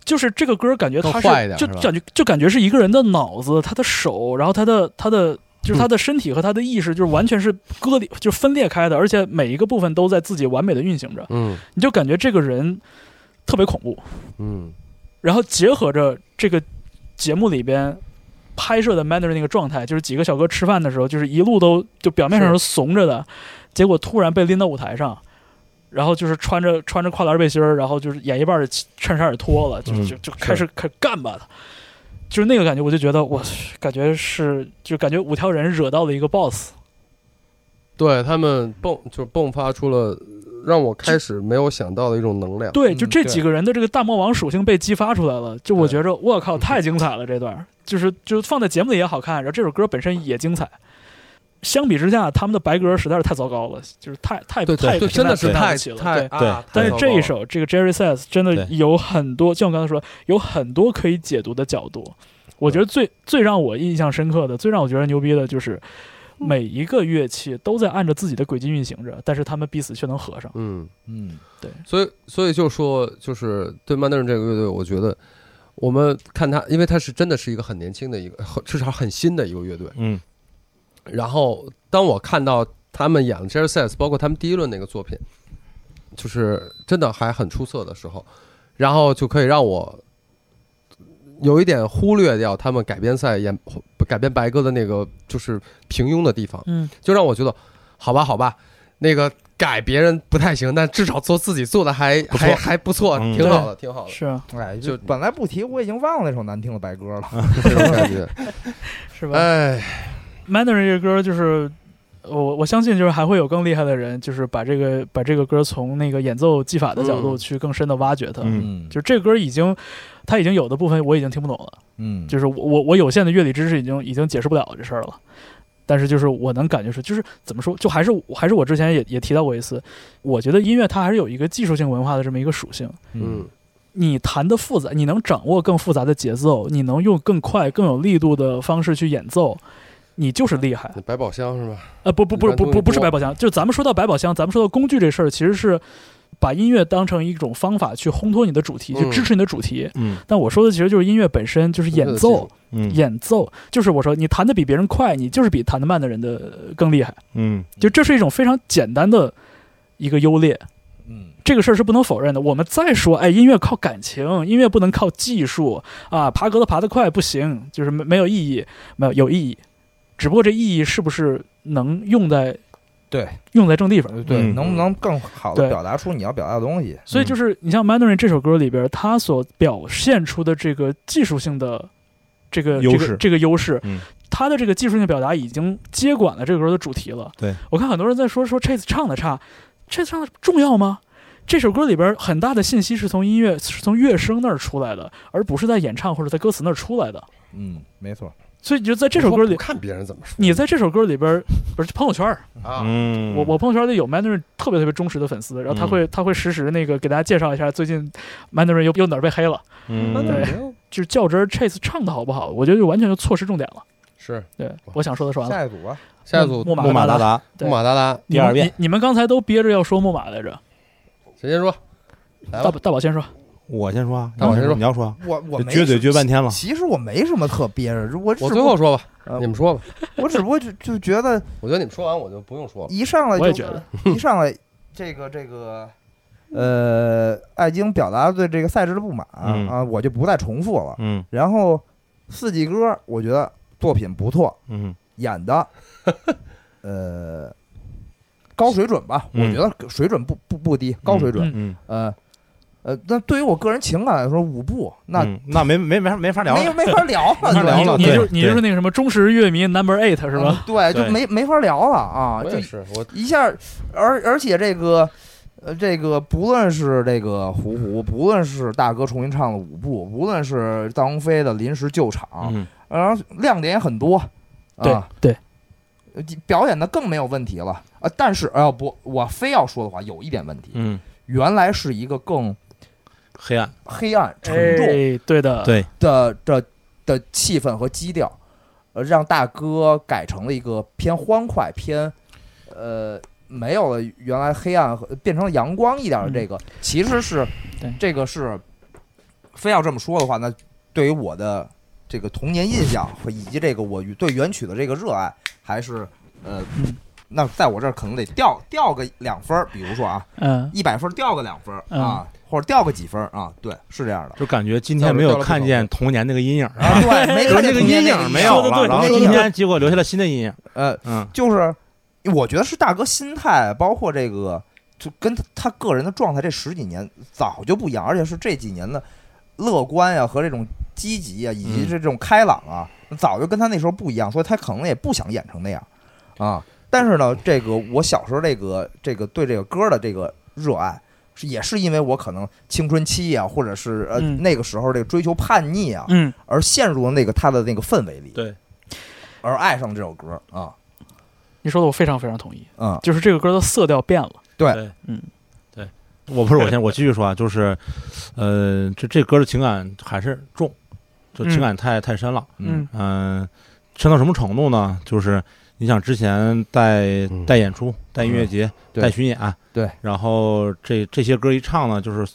就是这个歌感觉它更坏一点就是吧就感觉就感觉是一个人的脑子、他的手，然后他的他的嗯就是他的身体和他的意识，就是完全是割裂，就是分裂开的，而且每一个部分都在自己完美的运行着，嗯你就感觉这个人特别恐怖。嗯然后结合着这个节目里边拍摄的 Manner 那个状态，就是几个小哥吃饭的时候，就是一路都就表面上是怂着的，结果突然被拎到舞台上，然后就是穿着穿着跨栏背心儿，然后就是演一半的衬衫也脱了，就嗯就就开始开始干吧了。就是那个感觉，我就觉得我感觉是，就感觉五条人惹到了一个 boss，对他们迸就是迸发出了让我开始没有想到的一种能量。对，嗯就这对几个人的这个大魔王属性被激发出来了，就我觉着，我靠，太精彩了！这段儿就是就放在节目里也好看，然后这首歌本身也精彩。相比之下，他们的白歌实在是太糟糕了，就是太太对太对，真的是太太不起了太对对啊但是太糟糕这一了首这个 Jerry Says 真的对有很多，就像我刚才说，有很多可以解读的角度。我觉得最最让我印象深刻的，最让我觉得牛逼的就是每一个乐器都在按照自己的轨迹运行着，但是他们彼此却能合上。嗯，嗯，所以所以就说就是对曼德尔这个乐队，我觉得我们看他，因为他是真的是一个很年轻的一个，很至少很新的一个乐队。嗯然后当我看到他们演了《Jerry Says》，包括他们第一轮那个作品，就是真的还很出色的时候，然后就可以让我有一点忽略掉他们改编赛演改编白鸽的那个就是平庸的地方，嗯，就让我觉得好吧，好吧，那个改别人不太行，但至少做自己做的还不错还还不错，嗯挺好的，挺好的是啊，哎，就就本来不提，我已经忘了那首难听的白歌了。这种感觉。是吧？ (laughs) 哎， Mandarin 这个歌就是。呃我我相信，就是还会有更厉害的人，就是把这个把这个歌从那个演奏技法的角度嗯去更深的挖掘它。嗯嗯就这歌已经，它已经有的部分我已经听不懂了，嗯，就是我我我有限的乐理知识已经已经解释不了这事儿了。但是就是我能感觉出，就是怎么说，就还是还是我之前也也提到过一次，我觉得音乐它还是有一个技术性文化的这么一个属性。嗯，你弹的复杂，你能掌握更复杂的节奏，你能用更快、更有力度的方式去演奏，你就是厉害。百宝箱是吧？呃，不不不一般不都不是不是多百宝箱，就咱们说到百宝箱，咱们说到工具这事儿，其实是把音乐当成一种方法去烘托你的主题，去嗯支持你的主题。嗯但我说的其实就是音乐本身，就是演奏，嗯演奏就是我说你弹的比别人快，你就是比弹的慢的人的更厉害。嗯，就这是一种非常简单的一个优劣，嗯，这个事儿是不能否认的。我们再说，哎，音乐靠感情，音乐不能靠技术啊，爬格子爬得快不行，就是没没有意义，没有有意义，只不过这意义是不是能用在对用在正地方？对，嗯能不能更好的对表达出你要表达的东西？所以就是你像《Mandarin》这首歌里边，它所表现出的这个技术性的这个优这势个这个优势，嗯它的这个技术性表达已经接管了这个歌的主题了。对我看很多人在说说 Chase 唱的差，Chase 唱的重要吗？这首歌里边很大的信息是从音乐是从乐声那儿出来的，而不是在演唱或者在歌词那儿出来的。嗯，没错。所以你就在这首我歌不里，看别人怎么说你在这首歌里边不是朋友圈儿，啊，嗯，我我朋友圈里有 Mandarin 特别特别忠实的粉丝，然后他会、他会实时那个给大家介绍一下最近 Mandarin 又又哪儿被黑了，那嗯就对没有 (laughs) 就是较真儿 Chase 唱的好不好，我觉得就完全就错失重点了。是对，我想说的说完了。下一组啊，下一组木木马达达达，对木马达达，你们第二遍你，你们刚才都憋着要说木马来着，谁先说？来大吧宝，大宝先说，我先说啊，那我先说你要说啊，我我没撅嘴撅半天了，其实我没什么特憋着，我只我不最后说吧，啊呃你们说吧。 (laughs) 我只不过就就觉得我觉得你们说完我就不用说了。一上来就我也觉得，一上来这个这个。呃，艾晶表达对这个赛制的不满啊、嗯啊我就不再重复了。嗯然后四季歌，我觉得作品不错，嗯演的呃高水准吧，我嗯觉得水准不不不低，高水准。嗯，呃呃，那对于我个人情感来说，舞步那嗯那没没没法没法聊没了，没法聊没了，法聊了对你就对你就是那个什么忠实乐迷 Number Eight 是吧？嗯对，就对没没法聊了啊！我就也是，我一下，而而且这个，呃，这个不论是这个胡胡，不论是大哥重新唱的舞步，不论是大鸿飞的临时救场，呃嗯然后亮点也很多，对啊，对，呃表演的更没有问题了啊。但是，哎、呦不，我非要说的话，有一点问题，嗯，原来是一个更黑暗，黑暗沉重哎，对的，对，的的的气氛和基调，呃，让大哥改成了一个偏欢快、偏呃没有了原来黑暗和变成了阳光一点的这个，其实是嗯对这个是非要这么说的话，那对于我的这个童年印象和以及这个我与对原曲的这个热爱，还是呃。嗯那在我这儿可能得掉掉个两分儿，比如说啊，嗯，一百分儿掉个两分儿啊，或者掉个几分儿啊，对，是这样的就感觉今天没有看见童年那个阴影，啊， (laughs) 对，没就是看那见个童年阴那个影没象有说得了，对然后说得今对天结果留下了新的阴影，呃，嗯就是我觉得是大哥心态，包括这个，就跟他他个人的状态，这十几年早就不一样，而且是这几年的乐观呀、和这种积极呀、以及嗯这种开朗啊，早就跟他那时候不一样，所以他可能也不想演成那样啊。但是呢，这个我小时候这个这个对这个歌的这个热爱。是也是因为我可能青春期呀、或者是呃、嗯那个时候这个追求叛逆啊，嗯，而陷入了那个他的那个氛围里，对，而爱上了这首歌啊，你说的我非常非常同意，嗯，就是这个歌的色调变了，我不是我先我继续说啊，就是，呃，这这歌的情感还是重，就情感太太深了，嗯嗯、深到什么程度呢？就是你想之前带嗯带演出、带音乐节、对带巡演，啊对，然后这这些歌一唱呢，就是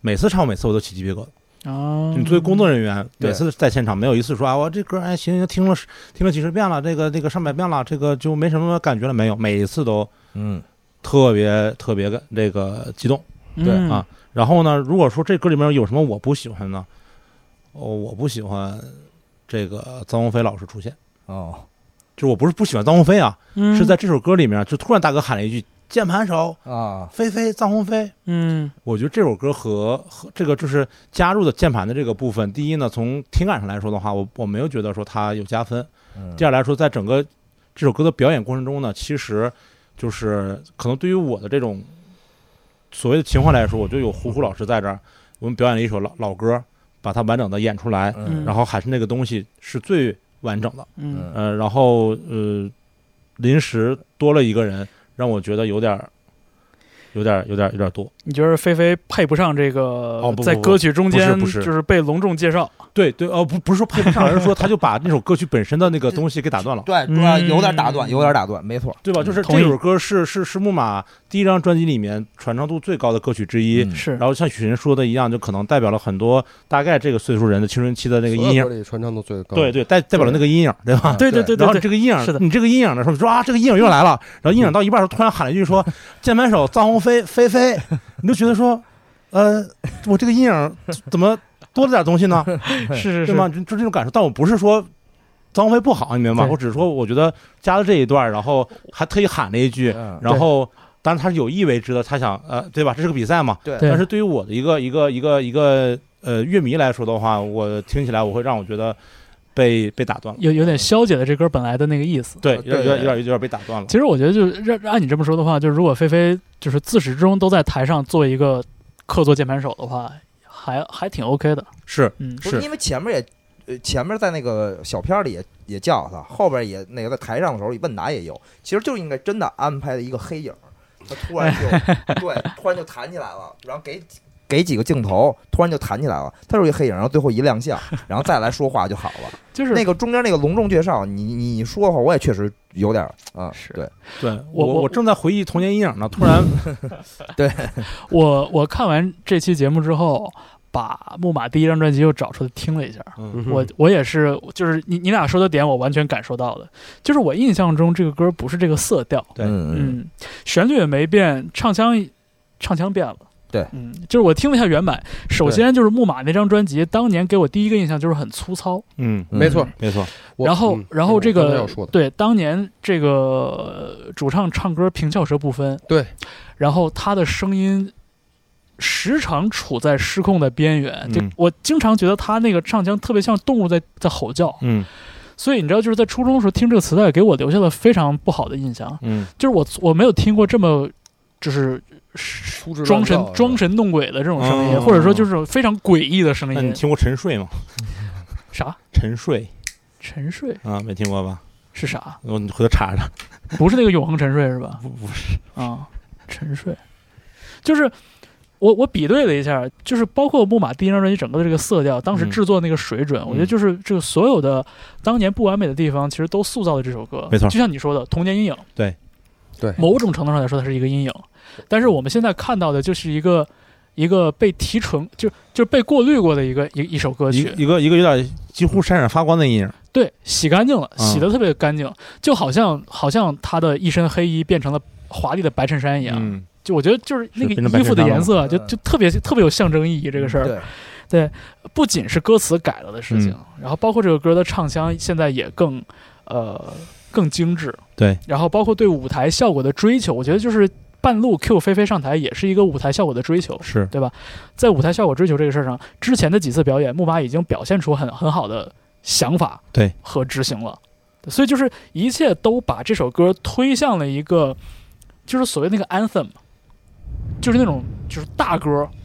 每次唱每次我都起鸡皮疙瘩。啊，你作为工作人员，对每次在现场没有一次说啊，我这歌哎行行，听了十听了几十遍了，这个这个上百遍了，这个就没什么感觉了，没有，每一次都嗯特别特别的这个激动。嗯对啊，然后呢，如果说这歌里面有什么我不喜欢呢？哦，我不喜欢这个臧鸿飞老师出现，哦就是我不是不喜欢臧鸿飞啊，嗯是在这首歌里面，就突然大哥喊了一句“键盘手啊，飞飞臧鸿飞”，嗯我觉得这首歌和和这个就是加入的键盘的这个部分，第一呢，从听感上来说的话，我我没有觉得说它有加分；嗯第二来说，在整个这首歌的表演过程中呢，其实就是可能对于我的这种所谓的情怀来说，我就有胡胡老师在这儿，我们表演了一首老老歌，把它完整的演出来，嗯然后还是那个东西是最完整的。嗯呃，然后呃，临时多了一个人，让我觉得有点儿有点有点有点多。你觉得菲菲配不上这个哦不不在歌曲中间不就是不是被隆重介绍？对对，哦，不不是说配不 (laughs) 上，而是说他就把那首歌曲本身的那个东西给打断了，对，嗯主要有点打断，有点打断，没错。对吧？就是同这意首歌是是是木马第一张专辑里面传唱度最高的歌曲之一。嗯是然后像许晨说的一样，就可能代表了很多大概这个岁数人的青春期的那个阴所有影歌，里传唱度最高。对，对，代代表了那个阴影，对嗯吧？啊对嗯对对然后对你对，这个阴影，是的你这个阴影的时候说啊，这个阴影又来了。然后阴影到一半的时候，突然喊了一句 (laughs) 说：“键盘手臧鸿飞飞飞。”你就觉得说，呃，我这个阴影怎么多了点东西呢？是对是是吗？就就这种感受。但我不是说臧鸿飞不好，你明白吗？对我只是说，我觉得加了这一段，然后还特意喊了一句，嗯，然后当然他是有意为之的，他想呃，对吧？这是个比赛嘛。对对但是对于我的一个一个一个一个呃乐迷来说的话，我听起来我会让我觉得被被打断了。有有点消解了这歌本来的那个意思。对，有呃点有对点有点有点被打断了。其实我觉得就是让按你这么说的话，就是如果菲菲就是自始至终都在台上做一个客座键盘手的话，还还挺 OK 的。是嗯，不是是因为前面也。呃，前面在那个小片儿里也也叫他，后边也那个在台上的时候问答也有，其实就应该真的安排的一个黑影儿，他突然 (laughs) 就对，突然就弹起来了，然后给几给几个镜头，突然就弹起来了，他就是一黑影，然后最后一亮相，然后再来说话就好了。就是那个中间那个隆重介绍，你你你说的话，我也确实有点儿啊，是哎对，对我我我正在回忆童年阴影呢，突然我我看完这期节目之后，把木马第一张专辑又找出来听了一下。嗯我我也是，就是你你俩说的点，我完全感受到的。就是我印象中这个歌不是这个色调，对嗯嗯，嗯，旋律也没变，唱腔唱腔变了。对，嗯，就是我听了一下原版，首先就是木马那张专辑，当年给我第一个印象就是很粗糙，嗯，没错。没错，我然后嗯然后我这刚才个要说的，对，当年这个呃主唱唱歌平翘舌不分，对，然后他的声音时常处在失控的边缘，就嗯我经常觉得他那个唱腔特别像动物在在吼叫，嗯所以你知道，就是在初中的时候听这个磁带，给我留下了非常不好的印象。嗯就是我我没有听过这么就是是制装乱神造装神弄鬼的这种声音，嗯或者说就是非常诡异的声那你音。听过沉睡吗？啥？沉睡沉睡啊，没听过吧？是啥？我你回头查查。不是那个永恒沉睡是吧？不不是，啊，沉睡，就是我我比对了一下，就是包括木马第一张专辑整个的这个色调，当时嗯制作那个水准，我觉得就是这个所有的当年不完美的地方，其实都塑造了这首歌。没错就像你说的童年阴影，对对某种程度上来说它是一个阴影，但是我们现在看到的就是一个。一个被提纯，就就是被过滤过的一个一一首歌一曲，个一个一个有点几乎闪闪发光的阴影。对，洗干净了，嗯洗的特别干净，就好像好像他的一身黑衣变成了华丽的白衬衫一样，嗯，就我觉得就是那个是变成白衣服的衬衫了颜色啊，嘛就嗯就特别特别有象征意义。这个事儿对，不仅是歌词改了的事情，然后包括这个歌的唱腔现在也更呃更精致，对，然后包括对舞台效果的追求，我觉得就是半路 Q 菲菲上台也是一个舞台效果的追求。是在舞台效果追求这个事儿上，之前的几次表演，木马已经表现出很很好的想法对和执行了，所以就是一切都把这首歌推向了一个，就是所谓那个 anthem，就是那种就是大歌，嗯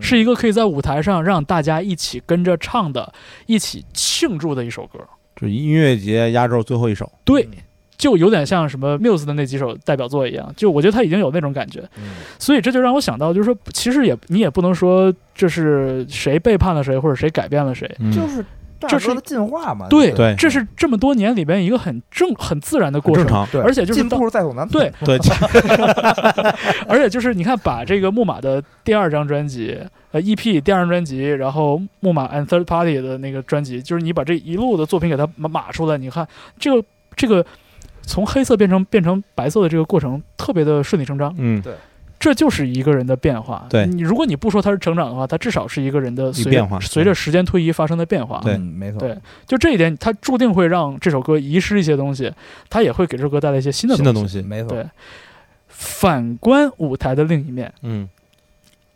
是一个可以在舞台上让大家一起跟着唱的、一起庆祝的一首歌。就音乐节压轴最后一首。对嗯，就有点像什么 Muse 的那几首代表作一样，就我觉得他已经有那种感觉，嗯所以这就让我想到，就是说，其实也你也不能说这是谁背叛了谁，或者谁改变了谁。嗯就是这这是是进化嘛，对对这是这么多年里边一个很正、很自然的过嗯程正，常。对，而且就是进到步是在所难免对，对， (laughs) 而且就是你看，把这个木马的第二张专辑，呃，EP 第二张专辑，然后木马 and third party 的那个专辑，就是你把这一路的作品给它码码出来，你看这个这个从黑色变成变成白色的这个过程，特别的顺理成章。嗯，这就是一个人的变化。对你如果你不说它是成长的话，它至少是一个人的随着变化随着时间推移发生的变化。对嗯没错，对就这一点，它注定会让这首歌遗失一些东西，它也会给这首歌带来一些 (laughs) 新的新东的西。东西。没错，对反观舞台的另一面，嗯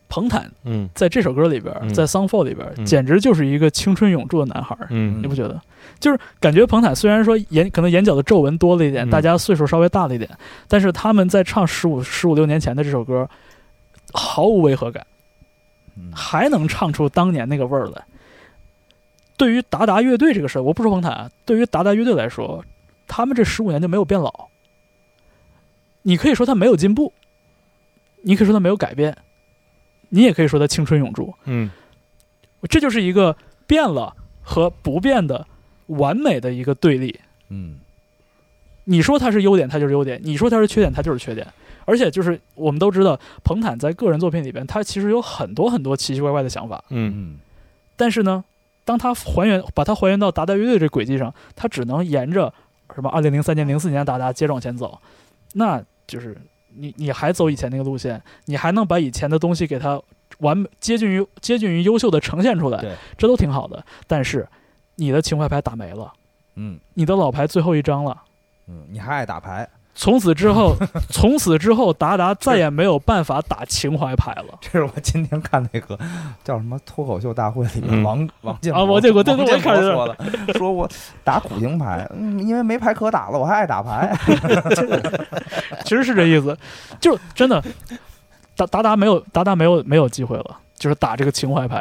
彭坦嗯在这首歌里边，嗯在《Song Four》里边，嗯简直就是一个青春永驻的男孩儿。嗯你不觉得？就是感觉彭坦虽然说眼可能眼角的皱纹多了一点，嗯大家岁数稍微大了一点，但是他们在唱十五十五六年前的这首歌，毫无违和感，嗯还能唱出当年那个味儿来。对于达达乐队这个事儿，我不说彭坦啊，对于达达乐队来说，他们这十五年就没有变老。你可以说他没有进步，你可以说它没有改变，你也可以说它青春永驻。嗯这就是一个变了和不变的完美的一个对立。嗯，你说它是优点，它就是优点；你说它是缺点，它就是缺点。而且就是我们都知道，彭坦在个人作品里边，他其实有很多很多奇奇怪怪的想法，嗯嗯但是呢，当他还原把它还原到达达乐队这轨迹上，他只能沿着什么二零零三年、零四年的达达接着往前走，那就是你你还走以前那个路线，你还能把以前的东西给它完美接近于接近于优秀的呈现出来对，这都挺好的。但是你的情怀牌打没了，嗯你的老牌最后一张了。嗯，你还爱打牌，从此之后， (laughs) 从此之后，达达再也没有办法打情怀牌了。这是我今天看那个叫什么脱口秀大会里面嗯王王建啊王建国对对王建我看着说的，说我打苦情牌，嗯，因为没牌可打了，我还爱打牌。 (laughs) 其实是这意思，就是真的，达达达没有达达没有没有机会了，就是打这个情怀牌。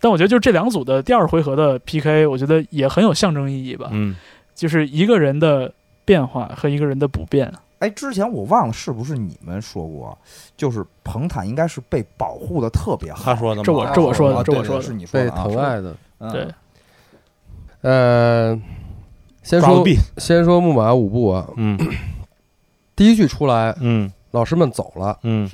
但我觉得就是这两组的第二回合的 PK，我觉得也很有象征意义吧，嗯就是一个人的变化和一个人的不变。哎，之前我忘了是不是你们说过，就是彭坦应该是被保护的特别好。他说的这我嘛这我说的啊这我对对说的是你说被的啊疼爱的。嗯对，呃，先抓个说币，先说木马五部啊，嗯第一句出来，嗯老师们走了， (laughs) 嗯，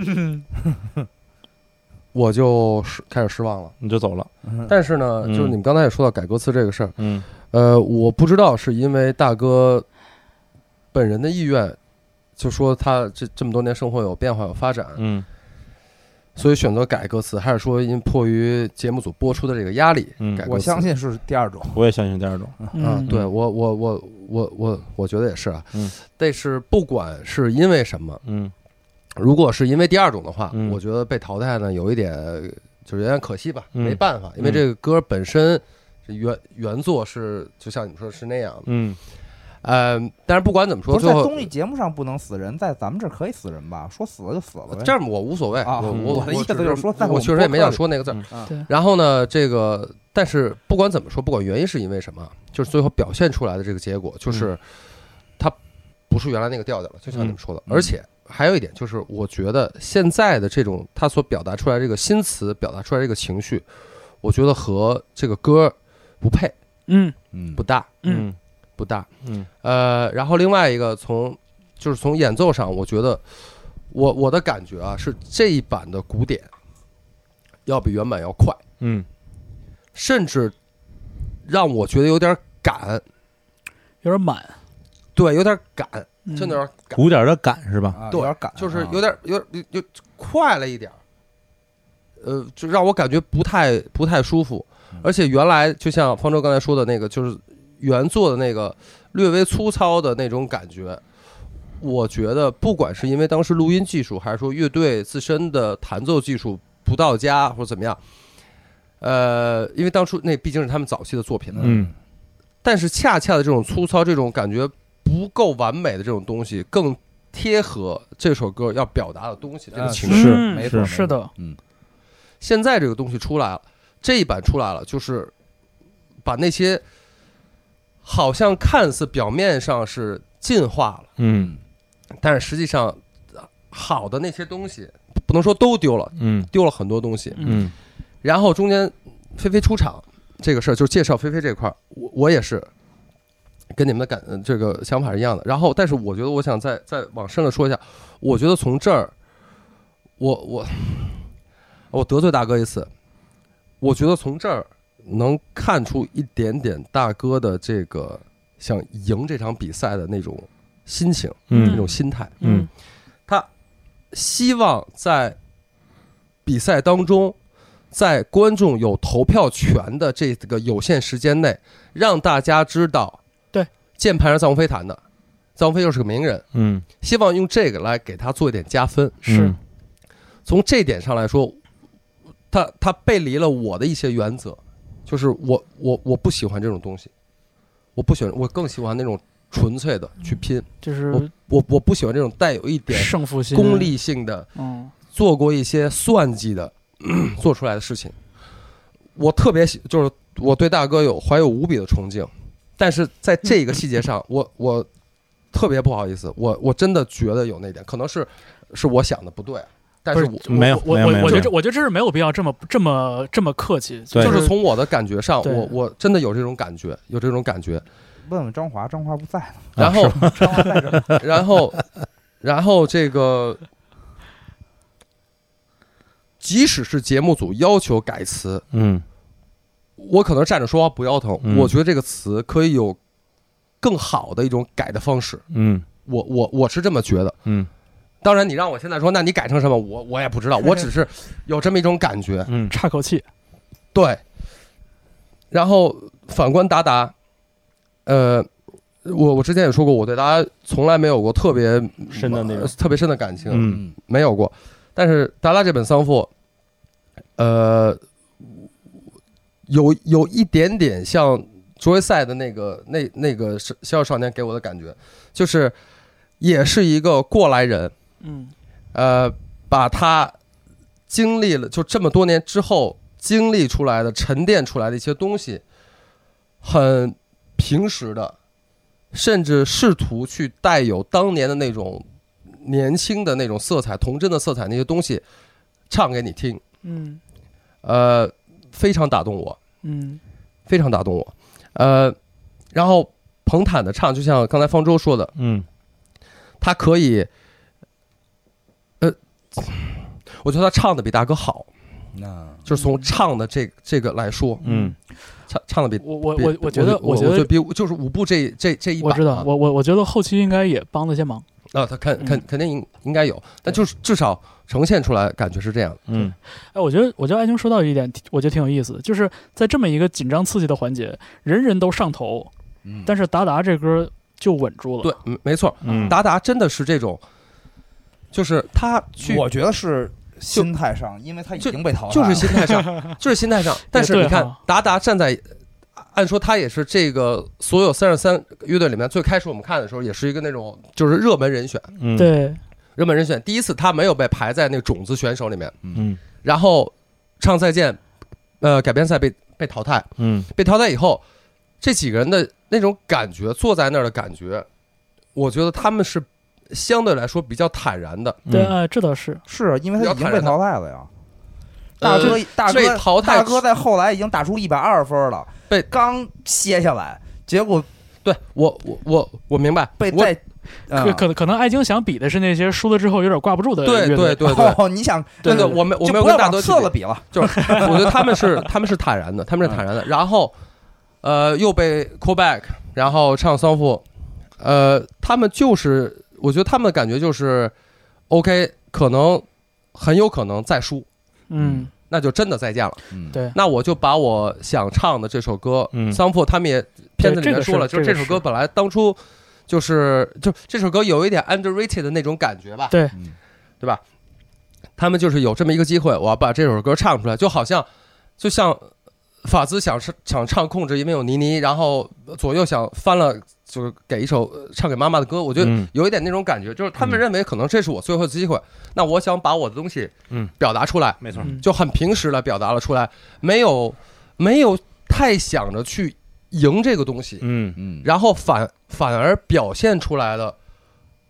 我就失开始失望了。你就走了，嗯但是呢，嗯就是你们刚才也说到改歌词这个事儿，嗯呃，我不知道是因为大哥本人的意愿，就说他这这么多年生活有变化有发展，嗯所以选择改歌词，还是说因迫于节目组播出的这个压力嗯改歌词？我相信是第二种。我也相信第二种，啊嗯，，对我我我我我我觉得也是啊，嗯但是不管是因为什么，嗯如果是因为第二种的话，嗯我觉得被淘汰呢有一点就是有点可惜吧，嗯没办法，因为嗯这个歌本身是原原作是就像你们说是那样的，嗯嗯，但是不管怎么说，不是最在后综艺节目上不能死人，在咱们这儿可以死人吧？说死了就死了呗。呃这样我无所谓，啊我嗯我我的意思只就是说在我我们确实也没想说那个字儿播客。然后呢，这个但是不管怎么说，不管原因是因为什么，就是最后表现出来的这个结果，就是它不是原来那个调调了，就像你们说的。嗯嗯而且还有一点就是，我觉得现在的这种他所表达出来这个新词，表达出来这个情绪，我觉得和这个歌不配，嗯嗯不搭，嗯嗯不搭。嗯呃，然后另外一个从就是从演奏上，我觉得我我的感觉啊是这一版的古典要比原版要快，嗯甚至让我觉得有点赶，有点满，对，有点赶，嗯真的有点赶，鼓点儿的感是吧？啊对有点赶，就是有点有点有有快了一点儿，呃，就让我感觉不太不太舒服嗯，而且原来就像方舟刚才说的那个，就是原作的那个略微粗糙的那种感觉。我觉得，不管是因为当时录音技术，还是说乐队自身的弹奏技术不到家，或者怎么样，呃，因为当初那毕竟是他们早期的作品了，嗯但是恰恰的这种粗糙、这种感觉不够完美的这种东西，更贴合这首歌要表达的东西，这个啊情绪。是嗯没是错，是的，嗯现在这个东西出来了，这一版出来了，就是把那些好像看似表面上是进化了，嗯但是实际上呃好的那些东西，不能说都丢了，嗯丢了很多东西。嗯然后中间菲菲出场这个事儿，就是介绍菲菲这块儿，我我也是跟你们的感呃这个想法是一样的。然后，但是我觉得我想再再往深了说一下，我觉得从这儿，我我我得罪大哥一次，我觉得从这儿能看出一点点大哥的这个想赢这场比赛的那种心情，那嗯种心态。嗯他希望在比赛当中，在观众有投票权的这个有限时间内，让大家知道，对，键盘是臧飞弹的，臧飞又是个名人，嗯希望用这个来给他做一点加分。是从这点上来说，他他背离了我的一些原则，就是我我我不喜欢这种东西，我不喜欢，我更喜欢那种纯粹的去拼，就是我我不喜欢这种带有一点胜负心、功，利性的。嗯做过一些算计的 (clears throat) 做出来的事情。我特别喜，就是我对大哥有怀有无比的崇敬，但是在这个细节上，我我特别不好意思，我我真的觉得有那点，可能是是我想的不对，但是我我嗯没有我没有没有我我没觉得有这我觉得这是没有必要这么这么这么客气，对就就是是从我的感觉上，对我我真的有这种感觉，有这种感觉。问问张华，张华不在了，然后，张华在这儿。 (laughs) 然后，然后这个，即使是节目组要求改词，嗯我可能站着说话不腰疼，嗯我觉得这个词可以有更好的一种改的方式。嗯我我我是这么觉得。嗯当然，你让我现在说，那你改成什么？我我也不知道，我只是有这么一种感觉。 (laughs) 嗯岔口气。对，然后反观达达，呃，我我之前也说过，我对达达从来没有过特别深的那种呃特别深的感情，嗯，没有过。但是达达这本《丧父》，呃，有有一点点像卓维赛的那个那那个是《小小少年》给我的感觉，就是也是一个过来人，嗯呃，把他经历了就这么多年之后经历出来的、沉淀出来的一些东西，很平实的，甚至试图去带有当年的那种年轻的那种色彩、童真的色彩那些东西，唱给你听，嗯呃，非常打动我，嗯非常打动我，呃，然后彭坦的唱，就像刚才方舟说的，嗯他可以，呃，我觉得他唱的比大哥好，那就是从唱的这这个来说，嗯唱唱的比我我比我我觉得我觉我得比就是五部这这这一版我啊，知道，我我我觉得后期应该也帮了些忙。啊，他肯肯嗯肯定应应该有，但就是至少呈现出来感觉是这样的，嗯哎，我觉得我觉得艾青说到一点，我觉得挺有意思的，就是在这么一个紧张刺激的环节，人人都上头，但是达达这歌就稳住了。嗯对，嗯没错，嗯，达达真的是这种，就是他去我觉得是心态上，因为他已经被淘汰就了，啊是心态上， (laughs) 就是心态上，但是对你看哈达达站在。按说他也是这个所有三十三乐队里面最开始我们看的时候，也是一个那种就是热门人选，嗯对热门人选。第一次他没有被排在那个种子选手里面，嗯然后唱再见，呃，改编赛被被淘汰，嗯被淘汰以后，这几个人的那种感觉，坐在那儿的感觉，我觉得他们是相对来说比较坦然的。对，嗯哎，这倒是。是因为他已经被淘汰了呀。大哥呃，大被哥，淘汰大哥在后来已经打出一百二分了，被刚歇下来，结果对我我我我明白，被我再可啊嗯可可能艾晶想比的是那些输了之后有点挂不住的乐对队。对对对哦，你想对对，嗯我没我就没有不跟要大往多去次了嗯比了， (laughs) 就是我觉得他们是他们是坦然的，他们是坦然的。然后，呃，又被 call back，然后唱丧父，呃，他们就是我觉得他们的感觉就是，OK，可能很有可能再输，嗯，那就真的再见了。嗯对那我就把我想唱的这首歌嗯《丧父》，他们也片子里面说了，这就个是这这个首是歌本来当初就是就这首歌有一点 underrated 的那种感觉吧，对嗯对吧？他们就是有这么一个机会，我要把这首歌唱出来，就好像就像法兹想是想唱《控制》，因为有倪妮，然后左右想翻了，就是给一首呃唱给妈妈的歌，我觉得嗯有一点那种感觉，就是他们嗯认为可能这是我最后的机会，那我想把我的东西嗯表达出来，没错嗯就很平实的表达了出来，没有没有太想着去赢这个东西，嗯嗯，然后反反而表现出来的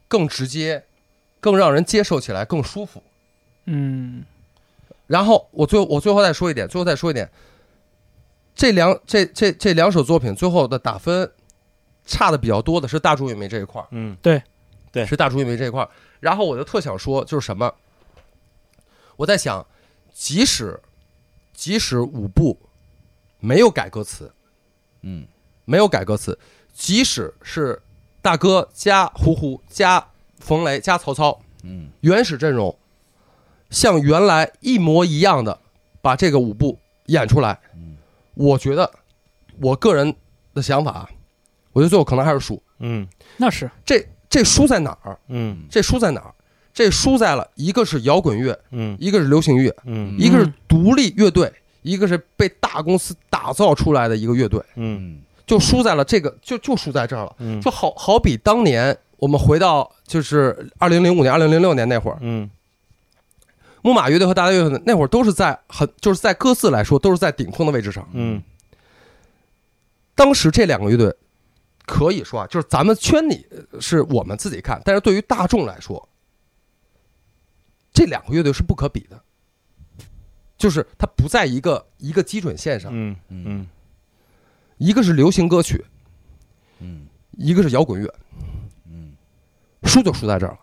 更直接，更让人接受起来更舒服。嗯然后我最我最后再说一点，最后再说一点，这两这这这两首作品最后的打分差的比较多的是大众影迷这一块儿，嗯对是大众影迷这一块儿。然后我就特想说，就是什么？我在想，即使即使五部没有改歌词，嗯，没有改歌词，即使是大哥加胡胡加冯雷加曹操，嗯，原始阵容，像原来一模一样的把这个舞步演出来，嗯我觉得我个人的想法啊，我觉得最后可能还是输。嗯那是这这输在哪儿？嗯这输在哪儿？这输在了一个是摇滚乐，嗯一个是流行乐，嗯一个是嗯独立乐队，一个是被大公司打造出来的一个乐队，嗯嗯就输在了这个，就就输在这儿了。嗯就好好比当年我们回到就是二零零五年、二零零六年那会儿，嗯木马乐队和大家乐队那会儿都是在很就是在各自来说都是在顶峰的位置上。嗯当时这两个乐队可以说啊，就是咱们圈里呃是我们自己看，但是对于大众来说，这两个乐队是不可比的，就是它不在一个一个基准线上，嗯嗯一个是流行歌曲，嗯一个是摇滚乐，嗯输就输在这儿了。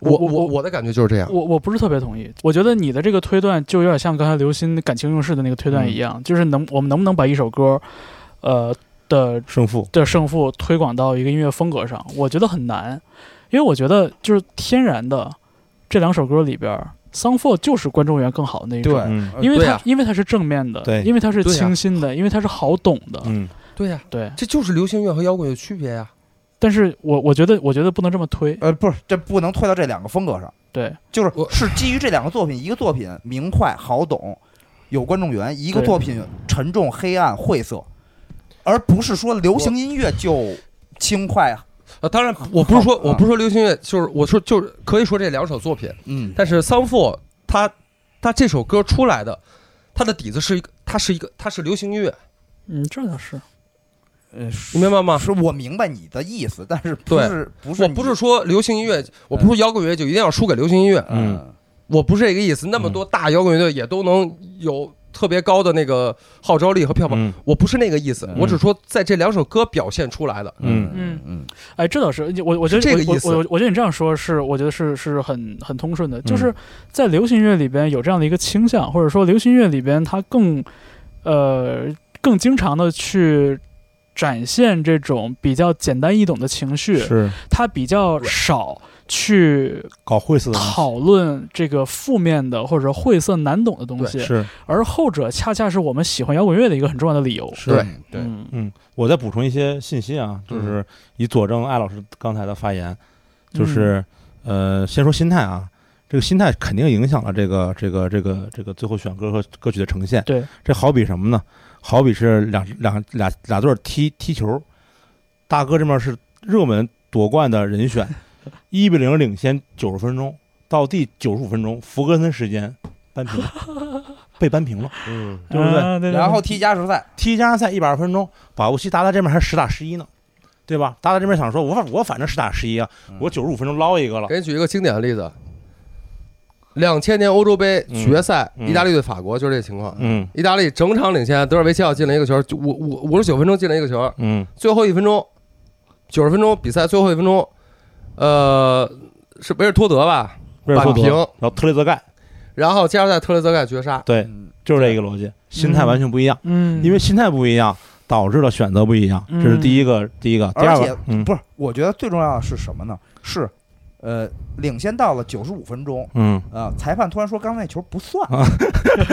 我我我我我的感觉就是这样，我我不是特别同意，我觉得你的这个推断就有点像刚才刘鑫感情用事的那个嗯推断一样，就是能我们能不能把一首歌，呃的胜负，的胜负推广到一个音乐风格上，我觉得很难，因为我觉得就是天然的这两首歌里边，《Song For》就是观众缘更好的那一种，对，嗯因为对它、啊因为它是正面的，对因为它是对啊清新的，因为它是好懂的，嗯对呀、对。这就是流行乐和摇滚乐区别呀、但是我我觉得我觉得不能这么推，呃，不是，这不能推到这两个风格上，对就是我是基于这两个作品，一个作品明快好懂，有观众缘；一个对作品沉重黑暗晦涩，而不是说流行音乐就轻快。啊，当然， (laughs) 我不是说好我不是 (laughs) 说流行乐，就是我说就是可以说这两首作品，嗯但是《Song For》它它这首歌出来的，它的底子是一个，它是一个，它是流行音乐，嗯，这倒是，呃，你明白吗？是我明白你的意思，但是不对是不是我你不是说流行音乐，我不是说摇滚乐就一定要输给流行音乐，嗯我不是这个意思。那么多大摇滚乐队也都能有特别高的那个号召力和票房，嗯我不是那个意思嗯，我只说在这两首歌表现出来的。嗯嗯嗯哎，这倒是，我我觉得是这个意思我我我觉得你这样说是，我觉得是是很很通顺的，嗯就是在流行乐里边有这样的一个倾向，或者说流行乐里边它更呃更经常的去展现这种比较简单易懂的情绪，是它比较少去搞晦涩的东西讨论这个负面的或者晦涩难懂的东西，是而后者恰恰是我们喜欢摇滚乐的一个很重要的理由。是对对嗯，嗯，我再补充一些信息啊，就是以佐证艾老师刚才的发言，嗯就是、呃，先说心态啊，这个心态肯定影响了这个这个这个这个最后选歌和歌曲的呈现。对，这好比什么呢？好比是两两俩俩队儿踢踢球，大哥这边是热门夺冠的人选，一比零领先九十分钟，到第九十五分钟，福格森时间扳平，被扳平了，嗯，对不对？啊对对然后踢加时赛，踢加时赛一百二分钟，把沃西达达这边还十打十一呢，对吧？达达这边想说，我反我反正十打十一啊，我九十五分钟捞一个了，嗯给你举一个经典的例子，两千年欧洲杯决赛，嗯嗯意大利对法国就是这情况。嗯意大利整场领先，德尔维切奥进了一个球，就五五五十九分钟进了一个球，嗯最后一分钟，九十分钟比赛最后一分钟，呃，是维尔托德吧？威尔扳福德，平然后特雷泽盖，然后加时赛特雷泽盖绝杀，对，就是这一个逻辑，心态完全不一样，嗯，因为心态不一样，导致了选择不一样，嗯这是第一个，第一个，第而二且个，嗯不是，我觉得最重要的是什么呢？是，呃，领先到了九十五分钟，嗯啊，裁判突然说刚才那球不算，啊 (laughs)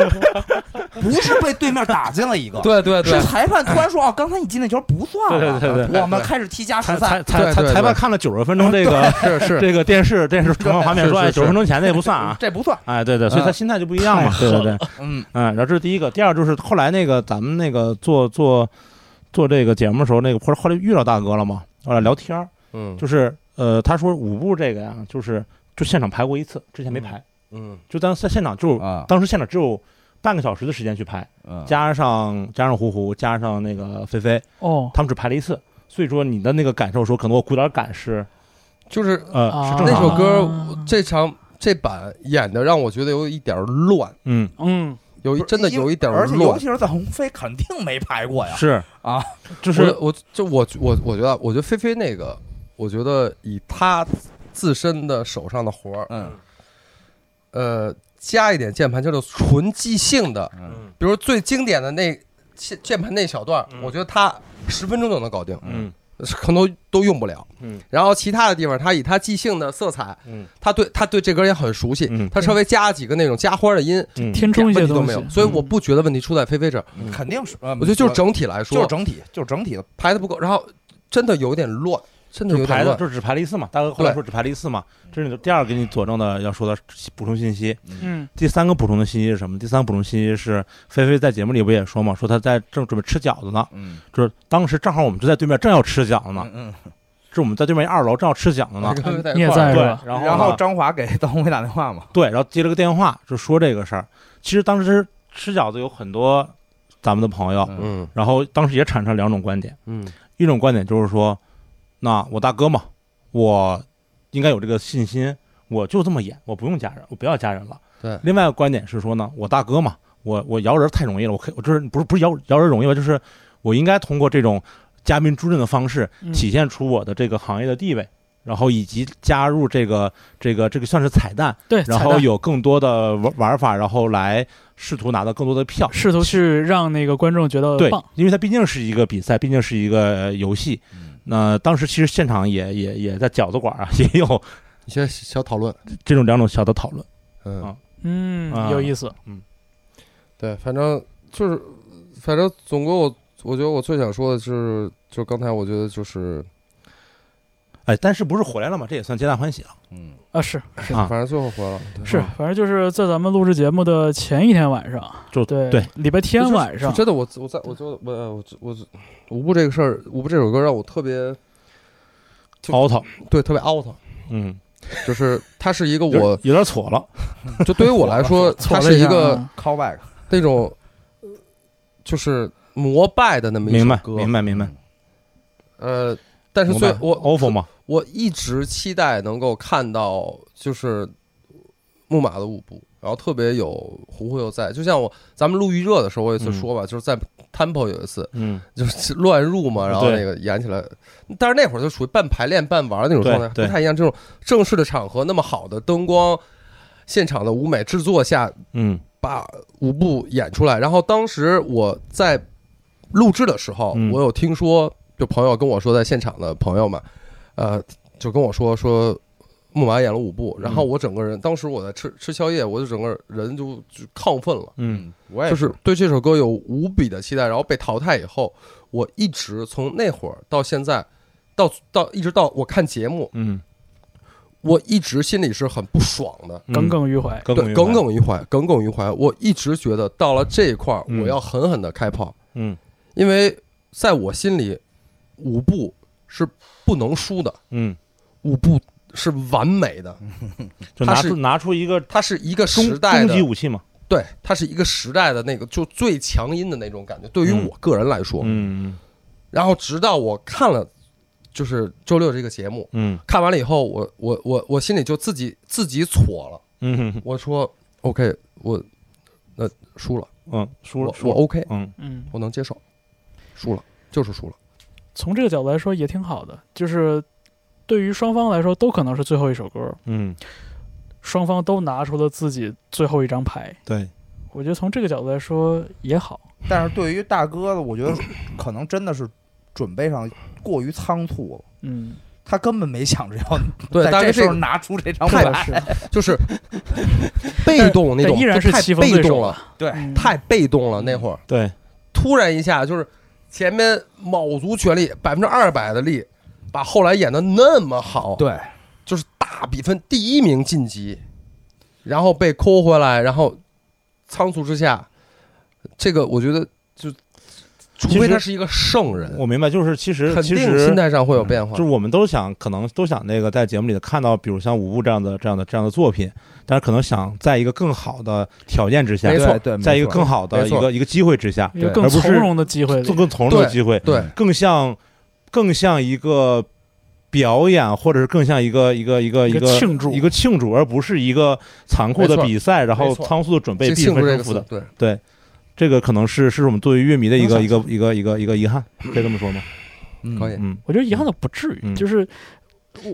不是被对面打进了一个，对对是对，裁判突然说哦，刚才你进那球不算了，对对对对我们开始踢加时裁裁赛，，裁对裁对裁判对看了九十 (laughs) 分钟这个是是，这个电视电视重放画面说，是哎，是是九十分钟前那不算啊嗯 (laughs) 这不算，哎，对对，所以他心态就不一样嘛，对对对，嗯嗯，然后这是第一个，第二就是后来那个咱们那个做做做这个节目的时候，那个后来后来遇到大哥了嘛，后来聊天儿，嗯就是呃，他说舞步这个呀，就是就现场排过一次，之前没排，嗯就当在现场就啊，当时现场只有半个小时的时间去排，嗯加上加上胡胡，加上那个菲菲，哦，他们只排了一次，所以说你的那个感受说，可能我鼓点感是就是呃啊是正那常首的，歌这场这版演的让我觉得有一点乱，嗯，嗯，有一真的有一点而且尤乱其。是在鸿飞肯定没排过呀，是啊，就是我我就我我我觉得我觉得菲菲那个，我觉得以她自身的手上的活儿，嗯呃，加一点键盘，就是纯即兴的，嗯比如最经典的那键键盘那小段儿，嗯我觉得他十分钟就能搞定，嗯可能都用不了。嗯然后其他的地方，他以他即兴的色彩，嗯他对他对这歌也很熟悉，嗯他稍微加几个那种加花的音，嗯填充一问些题都东没西，有。所以我不觉得问题出在菲菲这儿，嗯肯定是，我我觉得就是整体来就是说整体，就是整体的，排的不够，然后真的有点乱，真的就有排点的乱。就只排了一次嘛，大哥后来说只排了一次嘛，这是你第二个给你佐证的要说的补充信息。嗯第三个补充的信息是什么？第三个补充信息是菲菲在节目里不也说嘛，说她在正准备吃饺子呢，嗯就是当时正好我们就在对面正要吃饺子呢，嗯是我们在对面二楼正要吃饺子呢哎这。 (laughs) 个你也块儿在对是吧，然后嗯，然然后张华给邓鸿飞打电话嘛，对，然后接了个电话就说这个事儿。其实当时吃饺子有很多咱们的朋友，嗯嗯然后当时也产生两种观点，嗯一种观点就是说，那我大哥嘛，我应该有这个信心，我就这么演，我不用家人，我不要家人了。对另外一个观点是说呢，我大哥嘛，我我摇人太容易了，我可以，我就是不是不是摇摇人容易吧，就是我应该通过这种嘉宾助阵的方式，嗯体现出我的这个行业的地位，然后以及加入这个这个这个算是彩蛋，对，然彩后蛋有更多的玩玩法，然后来试图拿到更多的票。试图去让那个观众觉得对棒，，因为它毕竟是一个比赛，毕竟是一个呃游戏。嗯那当时其实现场也也也在饺子馆啊，也有一些小讨论，这种两种小的讨论。嗯，啊嗯，啊有意思，对，反正就是，反正总共我我觉得我最想说的是，就刚才我觉得就是，哎，但是不是回来了嘛？这也算皆大欢喜了。嗯，啊，是啊反正最后回了，对嗯是，反正就是在咱们录制节目的前一天晚上，就对对，礼拜天晚上就，真的，我我在我就我我我舞步这个事儿，舞步这首歌让我特别就 out，对特别 out，嗯，就是它是一个有 (laughs) 我有点错了。就对于我来说，错它了是一一下个啊 callback，那种就是膜拜的那么一明首白，歌，明白，明白。呃，但是明最白我 offer 嘛，我一直期待能够看到就是木马的舞步，然后特别有胡忽悠在，就像我咱们录预热的时候，我有一次说吧，就是在 Temple 有一次嗯，就是乱入嘛，然后那个演起来，但是那会儿就属于半排练半玩儿那种状态，对对不太一样。这种正式的场合，那么好的灯光，现场的舞美制作下，嗯把舞步演出来。然后当时我在录制的时候，嗯我有听说，就朋友跟我说，在现场的朋友们，呃，就跟我说说木马演了舞步，然后嗯我整个人，当时我在吃吃宵夜，我就整个人就就亢奋了，嗯，我也就是对这首歌有无比的期待。然后被淘汰以后，我一直从那会儿到现在，到到一直到我看节目，嗯我一直心里是很不爽的。嗯，耿耿于怀，耿耿对，于耿怀，耿于怀，耿耿于怀。我一直觉得到了这一块儿，嗯我要狠狠的开炮，嗯因为在我心里，舞步是不能输的，嗯，舞步是完美的，就他拿是出拿出一个它是一个时攻代攻的击，武器嘛，对，它是一个时代的那个就最强音的那种感觉。对于嗯我个人来说，嗯然后直到我看了就是周六这个节目，嗯看完了以后，我我我我心里就自己自己错了，嗯嗯我说 OK，我那输了，嗯，输了我输我了， OK，嗯嗯，我能接受，输了就是输了。 (laughs) 从这个角度来说也挺好的，就是对于双方来说都可能是最后一首歌，嗯，双方都拿出了自己最后一张牌，对，我觉得从这个角度来说也好，但是对于大哥的，我觉得可能真的是准备上过于仓促了，嗯，他根本没想着 (laughs) 要对，在大这概时这候个拿出这张这牌个，是，就是被动 (laughs) 那但种，依然就是太棋逢被对手动了，对嗯太被动了。那会儿对，突然一下就是前面卯足全力，百分之二百的力，把后来演的那么好，，对，就是大比分第一名晋级，然后被抠回来，然后仓促之下，这个我觉得就，除其非实他是一个圣人，我明白，就是其实呃肯其定实心态上会有变化就是。我们都想，可能都想那个在节目里看到，比如像舞步这样的、这样的、这样的作品，但是可能想在一个更好的条件之下，没错对，没在一个错从容好的没一错个一个机会之下，一个对更而不是从容的机会里做更从容的对机会，对，更像更像一个表演，或者是更像一个一个一个一个个庆祝一个庆祝，而不是一个残酷的没错比赛，然后没错仓促的准备这必庆分祝这胜个负词的，，对，这个可能是是我们作为乐迷的一个能一个一个一个一个遗憾，可以这么说吗？嗯可以。嗯，我觉得遗憾的不至于，嗯就是，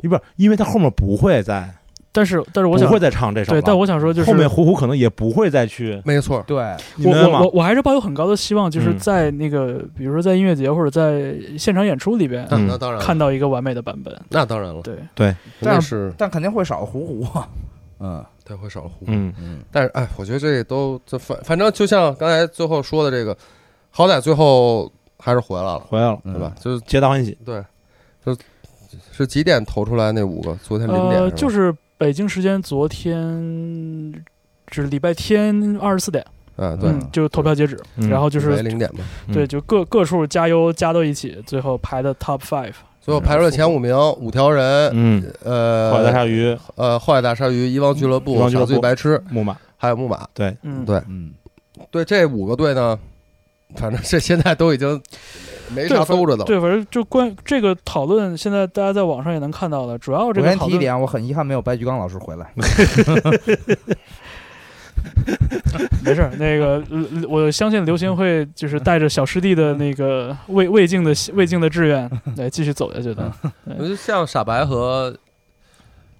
因为因为他后面不会再但是但是我不想会再唱这首对，了，但我想说就是后面虎虎可能也不会再去，没错，对，你我明白吗我我我还是抱有很高的希望，就是嗯在那个、比如说在音乐节或者在现场演出里边、那嗯那当然了，看到一个完美的版本。那当然了，对，但那是是但肯定会少糊糊啊，嗯太会少了胡。嗯嗯，但是哎，我觉得这都这反反正就像刚才最后说的这个，好歹最后还是回来了，回来了，嗯对吧？？就是皆大欢喜。对，就是是几点投出来那五个？昨天零点呃，就是吧是北京时间昨天，就是礼拜天二十四点，嗯对，嗯，就投票截止，嗯然后就就是是零点嘛。嗯对，就各各处加油加到一起，最后排的 top five。最后排出了前五名，五条人，嗯，呃，后来大鲨鱼、呃，坏大鲨鱼、遗忘俱乐部遗、忘俱乐傻部最白痴，木马，还有木马。对，嗯，对 (laughs) 嗯，对，这五个队呢，反正这现在都已经没对啥反兜着的了。对，反正就关这个讨论，现在大家在网上也能看到了。主要我这个先讨提一论，点，啊我很遗憾没有白举纲老师回 (laughs) 来。 (laughs) 没事儿，那个呃我相信刘行会就是带着小师弟的那个未未尽的未尽的 (laughs) 志愿来继续走下去的。嗯我就像傻白和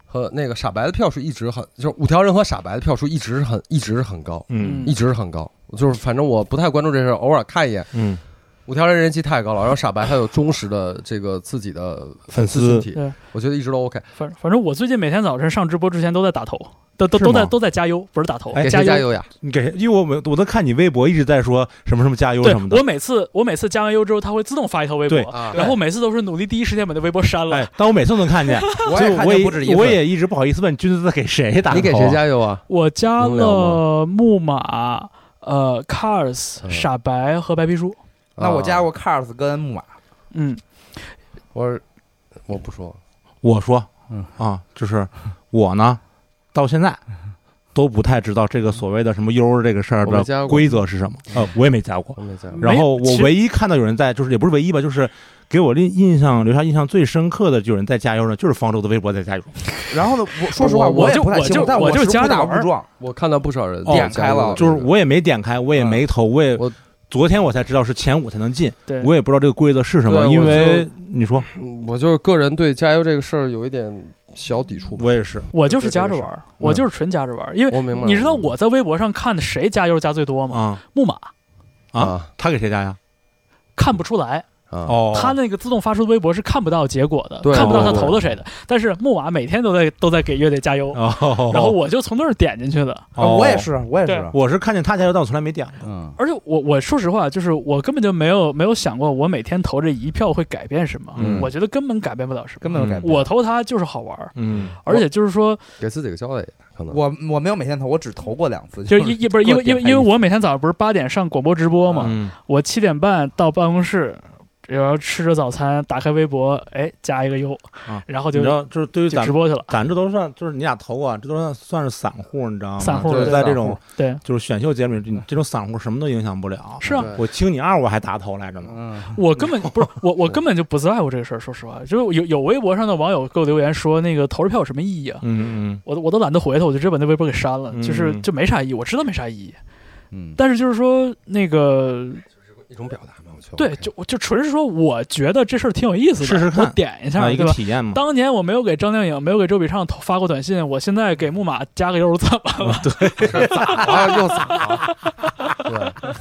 和那个傻白的票数一直很，就是五条人和傻白的票数一直很一直很高，嗯一直很高。就是反正我不太关注这事，偶尔看一眼。嗯，五条人人气太高了，然后傻白还有忠实的这个自己的粉丝群丝体对，我觉得一直都 OK。反反正我最近每天早晨上直播之前都在打头，都都是吗都在都在加油，不是打头，哎给加谁油。加油呀？你给谁？因为我们我都看你微博一直在说什么什么加油对什么，的我。每次我每次加完油之后，它会自动发一条微对博，啊，然后每次都是努力第一时间把那微博删了。哎，但我每次都能看见， (laughs) 我所以也看我见不止一也份啊我也一直不好意思问君子给谁打、你给谁？加油啊？我加能聊了木马、呃 Cars、嗯傻白和白皮书。那我加啊过 Cars 跟木马，嗯，我是我不说，我说，嗯啊，就是我呢，到现在都不太知道这个所谓的什么优儿这个事儿我没加的过规则是什么。呃，我也没加过。我没加过。没然后我其实唯一看到有人在，就是也不是唯一吧，就是给我印印象留下印象最深刻的，有人在加油呢，就是方舟的微博在加油。然后呢，我说实话我我也就不太我清楚就，但我就是加误打着玩误儿撞，我看到不少人点开了加油哦就是这个我也没点开，我也没投，我也我昨天我才知道是前五才能进，对，我也不知道这个规则是什么，对因我为就你说嗯我就是个人对加油这个事儿有一点小抵触吧。我也是，我就是加着玩儿，我就是纯加着玩儿，因为我明白了，你知道我在微博上看谁加油加最多吗？啊木马啊啊，他给谁加呀？看不出来，啊，哦，他那个自动发出的微博是看不到结果的，对看不到他对投了谁的。但是木马每天都在都在给乐队加油，哦，然后我就从那儿点进去的。啊我也，是，我也是哦对，我是看见他加油，但我从来没点过。嗯，而且我我说实话，就是我根本就没有没有想过我每天投这一票会改变什么，嗯我觉得根本改变不了什么。根本有改变。嗯我投他就是好玩儿，嗯，而且就是说，给自己个交代，可能我我没有每天投，我只投过两次，就是是一不是因为因为因为我每天早上不是八点上广播直播嘛，嗯，我七点半到办公室，然后吃着早餐，打开微博，哎，加一个优，啊然后你就知道，就是对于就咱直播去了。咱这都算，就是你俩投啊，这都算算是散户，你知道吗？散户就是对在散这种户 (laughs) 对，就是选秀节目里，你这种散户什么都影响不了。是啊，对我清你二，我还打头来着呢。嗯，我根本不是我，我根本就不在乎这个事儿。说实话，就是有有微博上的网友给我留言说，那个投着票有什么意义啊？嗯我都我都懒得回他，我就直接把那微博给删了，嗯就是就没啥意义，我知道没啥意义。嗯，但是就是说那个一种表达嘛，我觉得对，就就纯是说，我觉得这事儿挺有意思的，试试看我点一嗯，下，啊，一对个吧？体验嘛。当年我没有给张靓颖，没有给周笔畅投发过短信，我现在给木马加个油怎么了？啊又咋 (laughs) 了？对，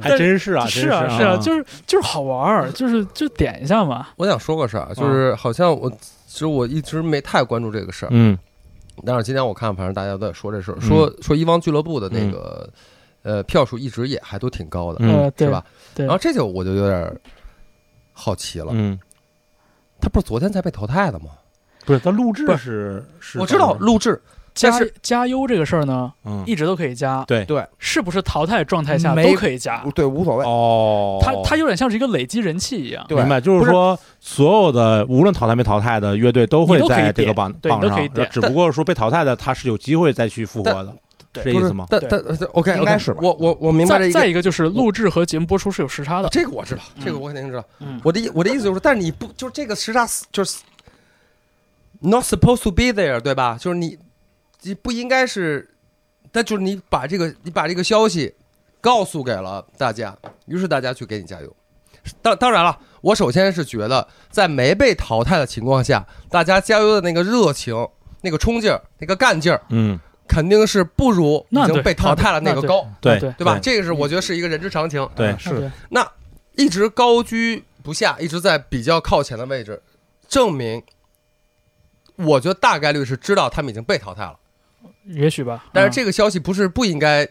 还真是啊，是啊，是啊，就是就是好玩儿，就是就点一下嘛。我想说个事儿啊，就是好像我其实我一直没太关注这个事儿，嗯但是今天我看反正大家都在说这事儿，嗯说说一汪俱乐部的那个呃票数一直也还都挺高的，嗯呃，对是吧？？对然后这就我就有点好奇了，嗯，他不是昨天才被淘汰的吗？不是，但录制不是是是，我知道，录制，加但是加优这个事儿呢，嗯，一直都可以加，对对，是不是淘汰状态下没都可以加？ (laughs) 对，无所谓，哦，它它有点像是一个累积人气一样。对明白，就是不是说所有的无论淘汰没淘汰的乐队都会在这个榜你都可以点对榜你都可以上点，只不过说被淘汰的他是有机会再去复活的，是但这不意是思吗？但对但呃 OK，应该是吧我我我明白再这一个再一个就是录制和节目播出是有时差的，这个我知道，嗯这个我肯定知道。嗯我的意我的意思就是，但是你不就是这个时差死就是 not supposed to be there，对吧？就是你你不应该是，但就是你把这个你把这个消息告诉给了大家，于是大家去给你加油。当当然了，我首先是觉得，在没被淘汰的情况下，大家加油的那个热情、那个冲劲儿、那个干劲儿，嗯，肯定是不如已那经对被淘汰了那个对嗯高，对对嗯啊对吧？这个是我觉得是一个人之常情。对啊是的，一直高居不下，一直在比较靠前的位置，证明，我觉得大概率是知道他们已经被淘汰了。也许吧。但是嗯这个消息不是不应该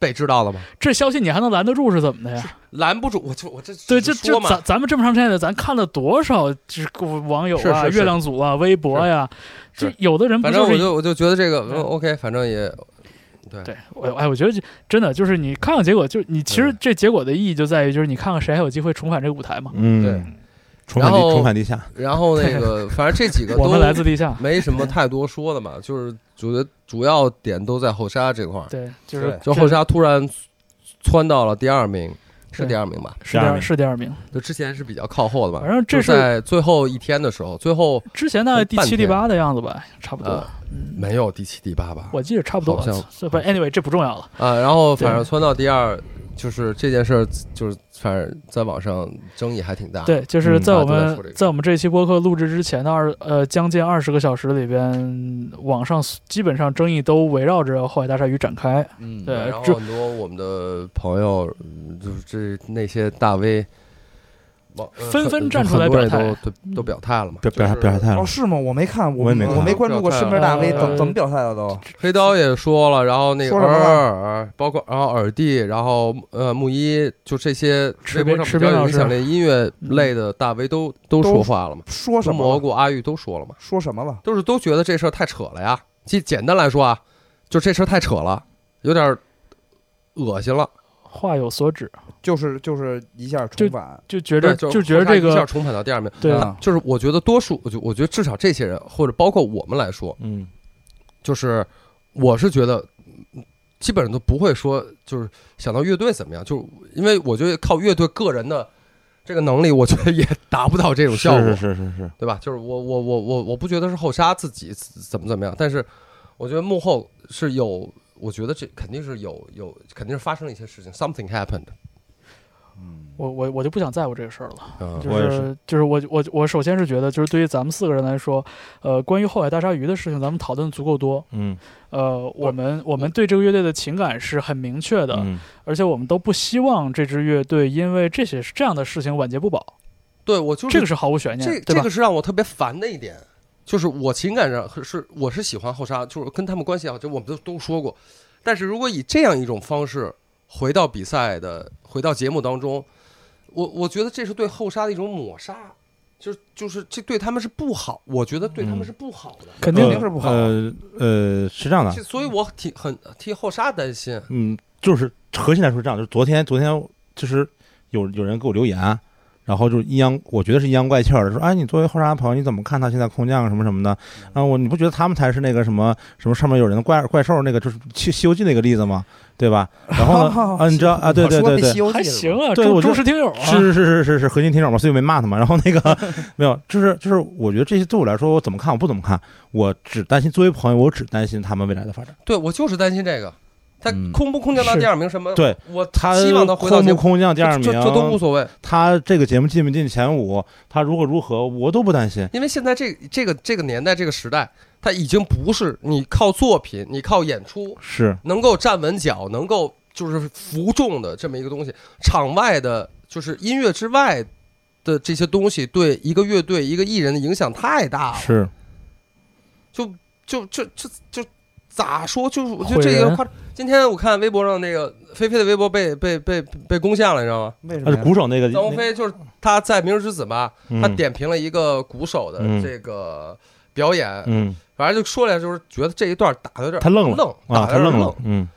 被知道了吗？这消息你还能拦得住是怎么的呀？拦不住，我就我这对，只这是说这嘛咱，咱们这么长时间的，咱看了多少就是网友啊、是是是月亮组啊、微博呀、是这有的人不反正就我是就我就觉得这个、对嗯 OK，反正也对我哎，我觉得这真的就是你看看结果，就是你其实对这结果的意义就在于就是你看看谁还有机会重返这个舞台嘛。对嗯，重返然地后重返地下，然后那 (laughs) 个反正这几个我嗯都们来自地下，没什么太多说的嘛，就是主要主要点都在后沙这块儿，对，就是就这后沙突然窜到了第二名，是第二名吧？是第第二名二是第二名。就之前是比较靠后的吧。反正这就是在最后一天的时候，最后之前大概第半七、第天八的样子吧，差不多。呃没有第七、第八吧？我记得差不多好像。这不，anyway，这不重要了。啊，然后反正窜到第二，就是这件事儿，就是反正在网上争议还挺大。，啊对，就是嗯在我大家都在们、说这个在我们这期播客录制之前的二呃将近二十个小时里边，网上基本上争议都围绕着《后海大鲨鱼》展开。嗯对然后这很多我们的朋友，嗯就是这那些大 V，网呃纷纷很站出来很多人表态嗯都都都表态了嘛。表表就是表态哦，了，是吗？我没看，我我也没看我没关注过身边大 V 呃怎么怎么表态的都。黑刀也说了，然后那个说尔什么了尔，包括然后耳帝，然后呃木一，就这些池微博边上池比较边有老影师嗯响力音乐类的大 V 都都都说话了嘛，说什说蘑么了？菇阿玉都说了嘛。说什么了？都是都觉得这事儿太扯了呀。其实简单来说啊，就这事儿太扯了，有点儿恶心了。话有所指，就是就是一下重返，就觉着对就觉着这一下个重返到第二名，对啊就是我觉得多数，我就我觉得至少这些人或者包括我们来说，嗯，就是我是觉得嗯基本上都不会说，就是想到乐队怎么样，就是因为我觉得靠乐队个人的这个能力，我觉得也达不到这种效果。是是是是是，对吧？就是我我我我我不觉得是后沙自己怎么怎么样，但是我觉得幕后是有，我觉得这肯定是有有，肯定是发生了一些事情，something happened。嗯我我我就不想在乎这个事儿了。嗯就啊我也是就是我我我首先是觉得，就是对于咱们四个人来说，呃，关于《后海大鲨鱼》的事情，咱们讨论足够多。嗯呃，我们我们对这个乐队的情感是很明确的，嗯，而且我们都不希望这支乐队因为这些这样的事情晚节不保，对我就是这个是毫无悬念，这对这吧？个是让我特别烦的一点，就是我情感上是是我是喜欢后沙，就是跟他们关系好，就我们都都说过，但是如果以这样一种方式回到比赛的，回到节目当中，我我觉得这是对后沙的一种抹杀。就是就是这对他们是不好，我觉得对他们嗯是不好的。肯定呃是不好呃呃，是这样的，这所以我挺很替后沙担心。嗯，就是核心来说是这样，就是昨天昨天就是有有人给我留言，然后就是阴阳，我觉得是阴阳怪气儿的，说哎，你作为后沙朋友，你怎么看他现在空降什么什么的？啊，我你不觉得他们才是那个什么什么上面有人的怪怪兽那个就是西西游记那个例子吗？对吧？然后呢，啊，你知道啊，对对哦我说对比对西。游记还了行啊，对忠我觉忠得实听友啊，是是是是是核心听众嘛，所以没骂他嘛。然后那 (laughs) 个没有，就是就是，我觉得这些对我来说，我怎么看我不怎么看，我只担心作为朋友，我只担心他们未来的发展。对我就是担心这个，他嗯空不空降到是第二名什么？对我他希望他回到空节不目空降第二名，这这这都无所谓，他这个节目进不进前五，他如何如何，我都不担心。因为现在这这个这个年代这个时代，他已经不是你靠作品、你靠演出是，能够站稳脚、能够就是服众的这么一个东西，场外的就是音乐之外。的这些东西对一个乐队、一个艺人的影响太大了，是，就就这这这咋说？就是我觉毁得这个人夸张。今天我看微博上那个菲菲的微博被被被被攻下了，你知道吗？为什他么是呀？鼓手那个，张鸿飞就是他在《明日之子》嘛，嗯他点评了一个鼓手的嗯这个表演，嗯，反正就说来就是觉得这一段打的有点他愣了愣，啊，打的他有愣点愣了，，嗯，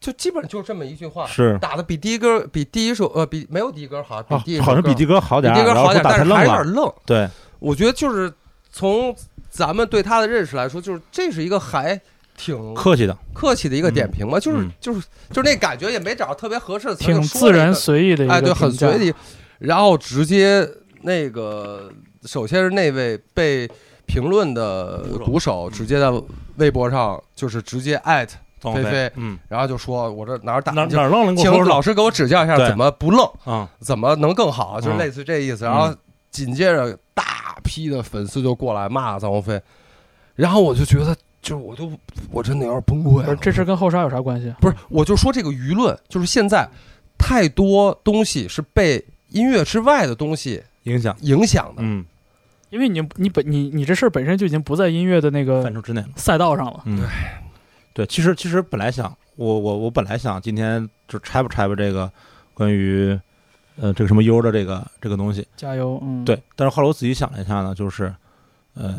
就基本就是这么一句话，是，打的比第一歌比第一首呃比没有第一歌好，比啊第一首好像比歌迪哥好比点第一儿，歌然后好我点，打但太是愣还是有了，点愣。对，我觉得就是从咱们对他的认识来说，就是这是一个还挺客气的，客气的一个点评吧，就是嗯就是就是那感觉也没找到特别合适的词，挺就说自了一然个随意的一个哎，对，很评价随意。然后直接那个，首先是那位被评论的鼓嗯手，直接在微博上就是直接艾特，张飞鸿飞嗯，然后就说我这哪儿打哪的哪儿愣了？你给请我说老说，师给我指教一下对怎么不愣，啊，怎么能更好，就是嗯类似这意思。然后紧接着大批的粉丝就过来骂臧鸿飞，然后我就觉得，就是我都我真的有点崩溃不是了。这事跟后沙有啥关系？啊不是，我就说这个舆论，就是现在太多东西是被音乐之外的东西影响，影响的。嗯，因为你你本你你这事儿本身就已经不在音乐的那个嗯范畴之内了，赛道上了，嗯，对，其实其实本来想，我我我本来想今天就拆吧拆吧这个关于呃这个什么优的这个这个东西，加油，嗯，，对，但是后来我仔细想了一下呢，就是，呃，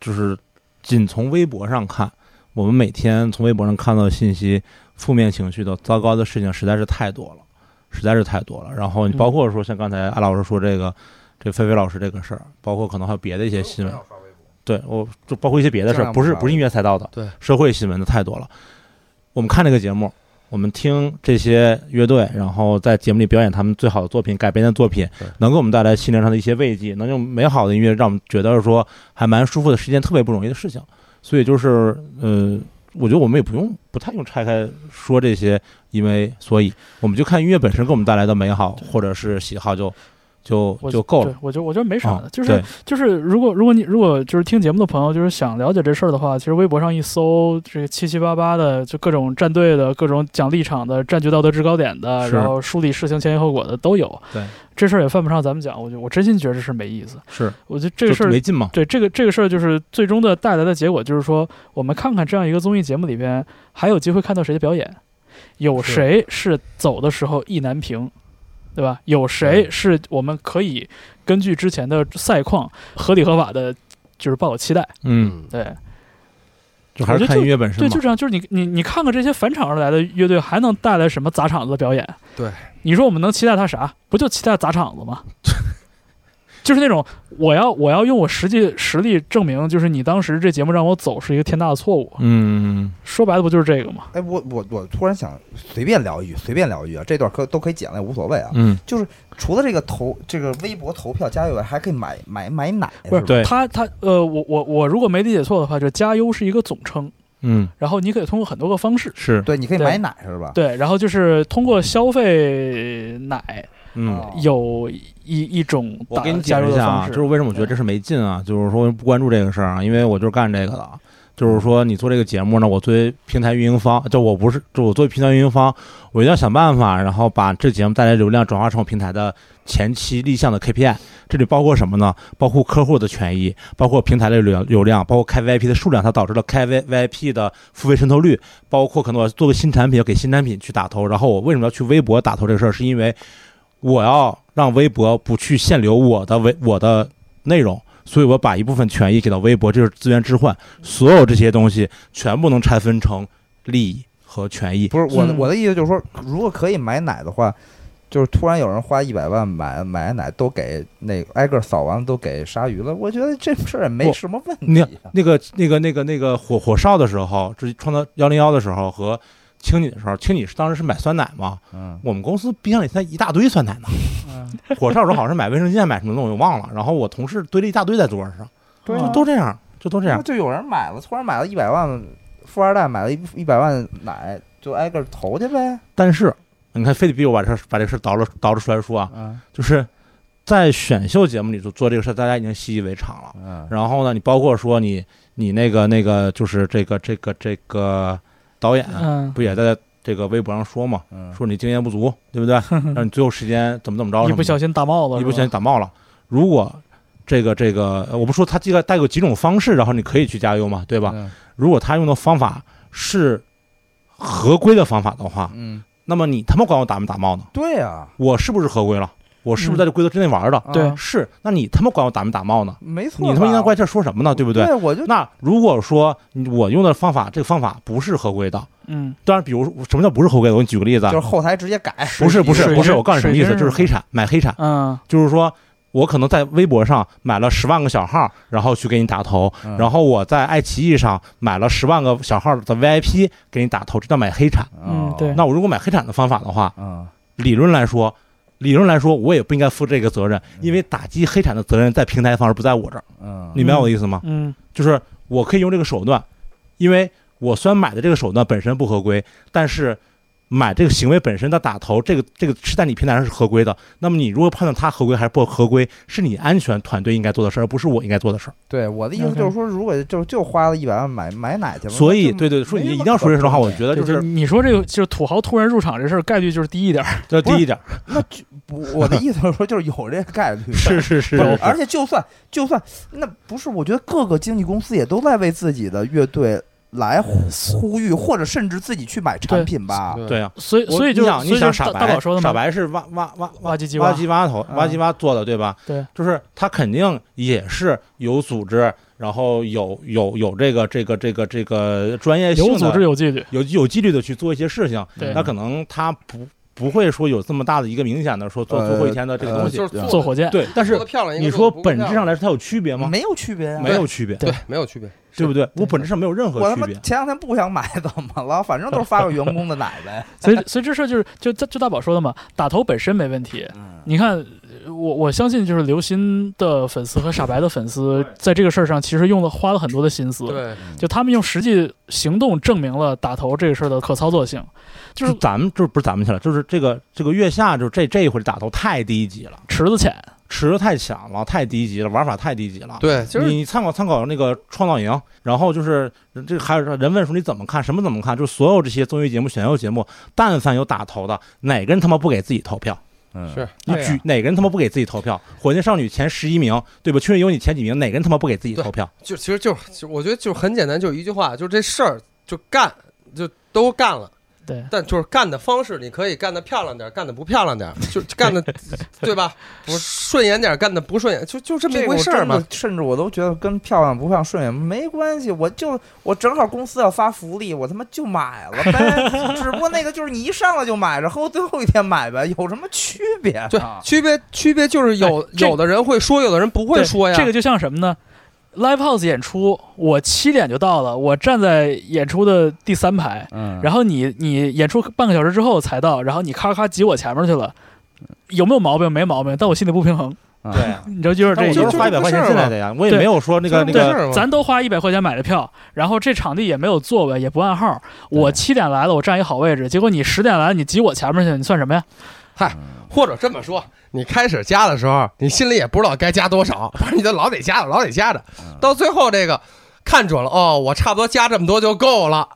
就是仅从微博上看，我们每天从微博上看到的信息，负面情绪的、糟糕的事情实在是太多了，实在是太多了。然后你包嗯括说像刚才艾老师说这个，这菲菲老师这个事儿，包括可能还有别的一些新闻，对我就包括一些别的事尽儿，量不是不刷不是音乐赛道的，对社会新闻的太多了。我们看这个节目，我们听这些乐队，然后在节目里表演他们最好的作品、改编的作品对，能给我们带来心灵上的一些慰藉，能用美好的音乐让我们觉得说还蛮舒服的，是一件特别不容易的事情。所以就是，呃，我觉得我们也不用不太用拆开说这些，因为所以我们就看音乐本身给我们带来的美好或者是喜好就就我就够对了。我觉得我觉得没啥啊的，就是对就是如果如果你如果就是听节目的朋友，就是想了解这事儿的话，其实微博上一搜，这个七七八八的，就各种站队的、各种讲立场的、占据道德制高点的，是然后梳理事情前因后果的都有。对，这事儿也犯不上咱们讲，我就我真心觉得这事儿没意思。是我觉得这就个事儿没劲嘛。对这个这个事儿，就是最终的带来的结果，就是说，我们看看这样一个综艺节目里边，还有机会看到谁的表演，有是谁是走的时候意难平，对吧？有谁是我们可以根据之前的赛况合理合法的，就是抱有期待，嗯，对就还我觉是得看音乐本身对，嘛。就这样，就是你你你看看这些返场而来的乐队还能带来什么砸场子的表演？对，你说我们能期待他啥？不就期待砸场子吗？ (laughs) 就是那种我要我要用我实际实力证明，就是你当时这节目让我走是一个天大的错误。嗯，说白了不就是这个吗？哎，我我我突然想随便聊一句，随便聊一句啊，这段可都可以剪了，无所谓啊。嗯，除了这个投这个微博投票加以外，还可以买买买奶，不是，吧对他他呃，我我我如果没理解错的话，就加优是一个总称，嗯，然后你可以通过很多个方式，是，对，你可以对买奶是吧？对，然后就是通过消费奶嗯哦，有一一种我啊打给你解加释入一的下啊，方这式，是为什么我觉得这事没劲啊，就是说不关注这个事儿啊，因为我就是干这个的。就是说，你做这个节目呢，我作为平台运营方，就我不是，就我作为平台运营方，我一定要想办法，然后把这节目带来流量转化成我平台的前期立项的 KPI。这里包括什么呢？包括客户的权益，包括平台的流流量，包括开 VIP 的数量，它导致了开 V VIP 的付费渗透率，包括可能我做个新产品，要给新产品去打头。然后我为什么要去微博打头这个事儿？是因为我要让微博不去限流我的微我的内容，所以我把一部分权益给到微博，这就是资源置换。所有这些东西全部能拆分成利益和权益。不是我的嗯我的意思就是说，如果可以买奶的话，就是突然有人花一百万买买奶，都给那个挨个扫完都给鲨鱼了，我觉得这事儿也没不什么问你题啊看。那个那个那个那个火火烧的时候，就是创造幺零幺的时候和清你的时候，清你是当时是买酸奶嘛？嗯，我们公司冰箱里现在一大堆酸奶呢。嗯火烧的时候好像是买卫生巾买什么东西我忘了，然后我同事堆了一大堆在桌上，对啊就都这样，就都这样嗯那。就有人买了，突然买了一百万，富二代买了一一百万奶，就挨个投去呗。但是你看，非得逼我把这事把这个事倒了倒着出来说啊，嗯就是在选秀节目里就做这个事儿，大家已经习以为常了。嗯然后呢，你包括说你你那个那个就是这个这个这个导演啊嗯，不也在这个微博上说嘛，嗯，说你经验不足，对 (laughs) 不对？让你最后时间怎么怎么着什么一的，不小心打帽子，一不小是心吧感冒了。如果这个这个，呃我不说他这个带有几种方式，然后你可以去加油嘛，对吧？嗯如果他用的方法是合规的方法的话，嗯，那么你他妈管我打没打冒呢？对啊，我是不是合规了？我嗯是不是在这规则之内玩的？啊对是，那你他妈管我打没打冒呢？没错吧，你他妈应该怪这说什么呢？对不对？对？我就那如果说你我用的方法，这个方法不是合规的，嗯，当然，比如说什么叫不是合规的？我给你举个例子啊就是，后台直接改，不是不水是不是，军我告诉你什么水意思，军就是黑产买黑产，嗯，就是说我可能在微博上买了十万个小号，然后去给你打头，嗯然后我在爱奇艺上买了十万个小号的 VIP 给你打头，这叫买黑产。嗯对那我如果买黑产的方法的话，嗯理论来说，理论来说我也不应该负这个责任，因为打击黑产的责任在平台方，而不在我这儿。嗯，你明白我的意思吗？嗯，就是我可以用这个手段，因为我虽然买的这个手段本身不合规，但是买这个行为本身的打头，这个这个是在你平台上是合规的。那么你如何判断它合规还是不合规，是你安全团队应该做的事儿，而不是我应该做的事儿。对，我的意思就是说，如果就就花了一百万买买奶去了，所以，那就对对，说你没一什么定要说这事的话，可我说的觉得就对是你说这个就是土豪突然入场这事儿概率就是低一点儿，这不是第一点儿，。不，我的意思就是说，就是有这个概率是是是不是是，而且就算就算那不是，我觉得各个经纪公司也都在为自己的乐队来呼呼吁，或者甚至自己去买产品吧。对啊。所以我所以就你想所你以想就是大傻大白宝说的傻嘛，白是挖挖挖挖哇唧唧挖哇鸡挖头嗯挖鸡挖做的对吧？对，就是他肯定也是有组织，然后有有有这个这个这个这个专业性的有组织有纪律，有有纪律的去做一些事情。对那可能他不不会说有这么大的一个明显的说做最后一天的这个东西。呃就是坐火箭，对，但是做得漂亮，一个你做说得不够本质上来说它有区别吗？没有区别啊。没有区别，对漂亮对没有区别，对不对？我本质上没有任我何他区妈别。前两天不想买， (laughs) 怎么了？反正都是发给员工的奶 (laughs) 呗。所以所以这事儿就是就就就大宝说的嘛，打头本身没问题。嗯你看，呃我我相信就是刘鑫的粉丝和傻白的粉丝在这个事儿上其实用了花了很多的心思，对，就他们用实际行动证明了打头这个事儿的可操作性。就是咱们就是不是咱们去了，就是这个这个月下就是这这一回打头太低级了，池子浅，池子太浅了，太低级了，玩法太低级了。对，就是你参考参考那个创造营，然后就是这还有人问说你怎么看，什么怎么看？就是所有这些综艺节目、选秀节目，但凡有打头的，哪个人他妈不给自己投票？嗯是你对啊举哪个人他妈不给自己投票？火箭少女前十一名，对吧？确实有你前几名，哪个人他妈不给自己投票？就其实就就我觉得就很简单，就一句话，就这事儿就干，就都干了。对但就是干的方式，你可以干的漂亮点儿，干的不漂亮点儿，就就干的，对吧？顺眼点儿，干的不顺眼，就就这么一这回个事儿嘛。，甚至我都觉得跟漂亮不漂亮顺眼没关系，我就我正好公司要发福利，我他妈就买了呗。只不过那个就是你一上来就买着，和最后一天买呗，有什么区别啊？对，区别区别就是有、哎这有的人会说，有的人不会对说呀。这个就像什么呢？Live House 演出，我七点就到了，我站在演出的第三排，嗯然后你你演出半个小时之后才到，然后你咔咔挤我前面去了，有没有毛病？没毛病，但我心里不平衡，后对啊，你知道就是但这我意就思。是花一百块钱进来的呀，我也对没有说那个那就这么个回事儿嘛咱都花一百块钱买的票，然后这场地也没有座位，也不按号。我七点来了，我占一好位置，结果你十点来了，你挤我前面去，你算什么呀？或者这么说，你开始加的时候，你心里也不知道该加多少，反正你就老得加着，老得加着，到最后这个看准了，哦，我差不多加这么多就够了。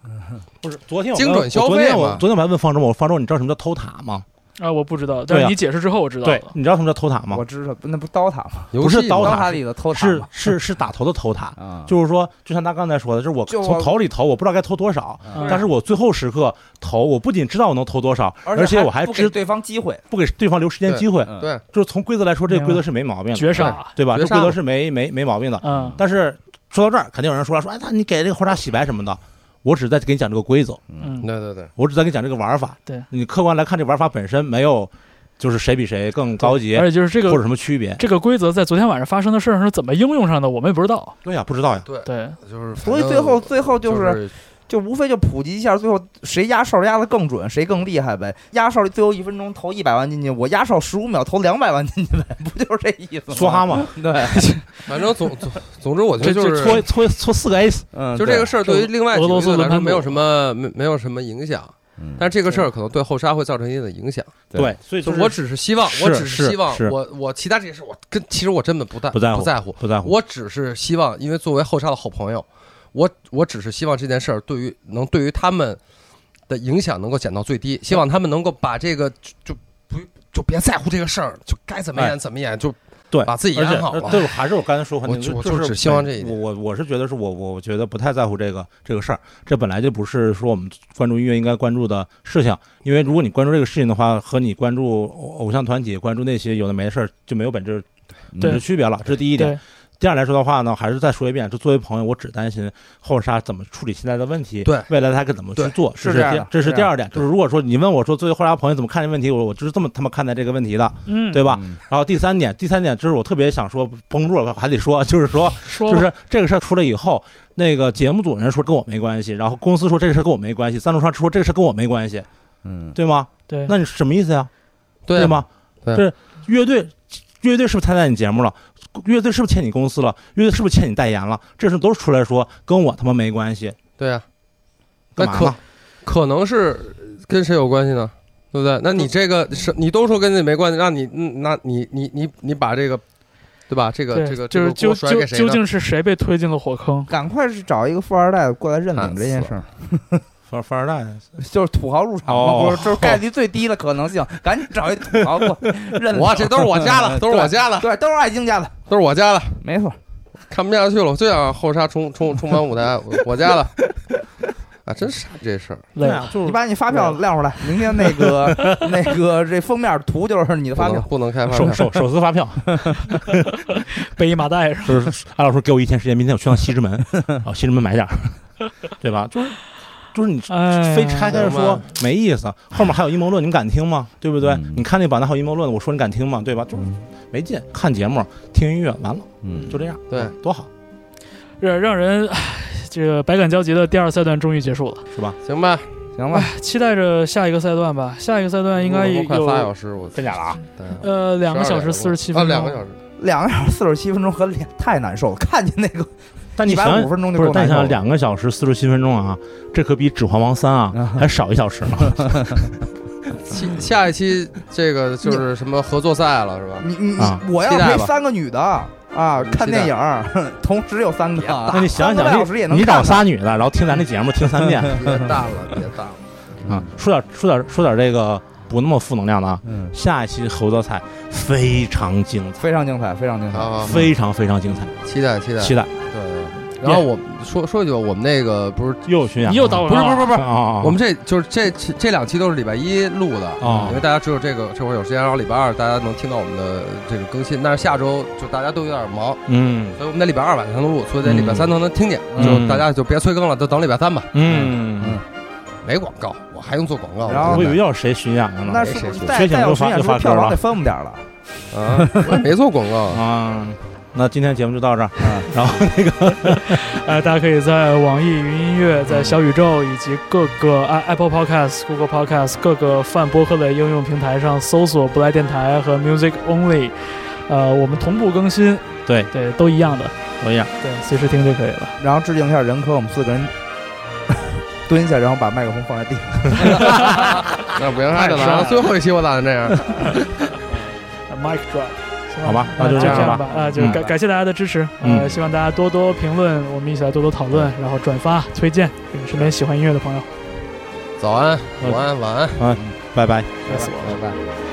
不是昨天我精跟准我消昨费天我嘛昨天我还问方舟，我说方舟你知道什么叫偷塔吗？啊，我不知道，但是对啊你解释之后我知道对了，。你知道什么叫偷塔吗我？知道，那不刀塔吗？游不是戏刀嘛刀塔塔里的偷塔是吗是是打头的偷塔，啊，就是说，就像他刚才说的，就是我就我从头里投，我不知道该投多少，嗯但是我最后时刻投，我不仅知道我能投多少，而而且我还还不给知对方机会，不给对方留时间机会。嗯对，就是从规则来说，这个规则是没毛病的，绝杀，对吧？绝这杀规则是没没没毛病的。嗯，但是说到这儿，肯定有人说了，说哎，那你给这个花茶洗白什么的，我只是在给你讲这个规则，嗯，对对对，我只是在给你讲这个玩法。对你客观来看，这玩法本身没有，就是谁比谁更高级而且就是这或者个什么区别。这个规则在昨天晚上发生的事儿上是怎么应用上的，我们也不知道。对呀，不知道呀。对，就是反正所以最后最后就就是就无非就普及一下，最后谁压哨压的更准，谁更厉害呗。压哨最后一分钟投一百万进去，我压哨十五秒投两百万进去呗，不就是这意思吗？梭哈嘛，对，反正总总总之，我觉就得就就是搓搓搓四个 A，嗯，就这个事儿，对于另外俄几个罗乐斯队来轮说盘没有赌什么没没有什么影响，嗯但是这个事儿可能对后沙会造成一定的影响。对对，所以就就是我只是希望，我是只是希望是，我我其他这些事儿，我跟其实我根本不在不在乎不在乎，不在乎。我只是希望，因为作为后沙的好朋友，我我只是希望这件事儿对于能对于他们的影响能够减到最低，希望他们能够把这个就就不就别在乎这个事儿，就该怎么演哎怎么演，就对把自己而且呃演好了对，还是我刚才说的那我个，就我是就只希望这一点我我我是觉得是我我我觉得不太在乎这个这个事儿，这本来就不是说我们关注音乐应该关注的事情，因为如果你关注这个事情的话，和你关注偶偶像团体、关注那些有的没的事儿就没有本质本对质区别了，这是第一点对。第二来说的话呢，还是再说一遍，就作为朋友，我只担心后沙怎么处理现在的问题，对未来他该怎么去对做，这是这样第的这是是这第样二点。就是如果说你问我说作为后沙朋友怎么看这问题，我我就是这么他妈看待这个问题的，嗯，对吧？嗯然后第三点，第三点就是我特别想说，绷不住了还得说， (laughs) 就是 (laughs) 说，说就吧是这个事儿出来以后，那个节目组人说跟我没关系，然后公司说这个事儿跟我没关系，赞助商说这个事儿跟我没关系，嗯，对吗？对，那你什么意思呀？对啊吗？对这乐队，乐队是不是参加你节目了？乐队是不是欠你公司了？乐队是不是欠你代言了？这事都出来说跟我他妈没关系，对啊，那干嘛可呢？可能是跟谁有关系呢？对不对？那你这个是你都说跟你没关系，那你嗯那你你你你把这个对吧？这个对这个就是这个究锅甩究给谁究呢竟是谁被推进了火坑？赶快去找一个富二代过来认领这件事儿，富富二代，就是土豪入场哦嘛，不是，就是概率最低的可能性，赶紧找一土豪过来认领。我这都是我家的，都是我家的，对，都是爱京家的，都是我家的，没错。看不下去了，我就想后沙冲冲冲满舞台，我我家的。啊，真傻这事儿，累对啊了，就你是把你发票亮出来，明天那个那个这封面图就是你的发不票能。不能开发手票，手手撕发票， (laughs) 背一麻袋 (laughs) 上。(laughs) 就是安老师给我一天时间，明天我去趟西直门，啊，西直门买点儿，对吧？就是就是你哎，非拆开了明说白没意 (laughs) 思，后面还有阴谋论，你们敢听吗？对不对嗯？你看那版的还有阴谋论，我说你敢听吗？对吧？嗯就是没劲，看节目听音乐完了嗯，就这样，对，多好让让人唉这个百感交集的第二赛段终于结束了，是吧？行吧，行吧，期待着下一个赛段吧。下一个赛段应该录了快仨小有时，我真假的啊？对呃两个12小时四十七啊，分钟，两个小时，两个小时四十七分钟和两太难受了，看见那个但你一想百五想，分钟就不是够，但难你受想了想。两个小时四十七分钟啊，这可比《指环王三》啊还少一小 (laughs) 时呢。期嗯下一期这个就是什么合作赛了是吧？你你啊你，我要期待陪吧三个女的啊，嗯看期待电影儿， (laughs) 同时有三个，啊大那你想三个半小想，时也你能你看找呢仨女的，然后听咱这节目听三遍嗯别淡 (laughs) 了，别淡了。啊，说点说点说点这个不那么负能量的啊。嗯，下一期猴子菜非常精彩，非常精彩，非常精彩。啊，非常非常精彩，期待嗯期待，期待对对。然后我说说一句吧，我们那个不是又有巡演你又打了我不是不是不是，啊啊啊！我们这就是这期这两期都是礼拜一录的啊哦因为大家只有这个这会儿有时间，然后礼拜二大家能听到我们的这个更新。但是下周就大家都有点忙，嗯所以我们在礼拜二晚上能录，所以在礼拜三都能听见。嗯就大家就别催更了，就等礼拜三吧。嗯嗯没广告，我还用做广告？然后我以为真的要是谁巡演了呢。那谁是不谁是再缺钱再有就巡发演，就是不发是票歌房了得分我们点儿了？啊，我也没做 (laughs) 广告。啊，那今天节目就到这儿。嗯，然后那个呃，大家可以在网易云音乐、在小宇宙以及各个 i- Apple Podcast、Google Podcast 各个泛播客类应用平台上搜索“不来电台”和 “Music Only”。呃，我们同步更新，对对，都一样的，哎呀，对，随时听就可以了。然后致敬一下任科，我们四个人 (laughs) 蹲下，然后把麦克风放在地上。那不行，还得太帅来了最后一期我打算这样。呃 Mic Drop，行好吧那就这这样样吧吧。啊，就是嗯感感谢大家的支持，呃，嗯希望大家多多评论，我们一起来多多讨论，然后转发、推荐给你身边喜欢音乐的朋友。早安，午安，晚安。拜拜。累死我了。拜拜。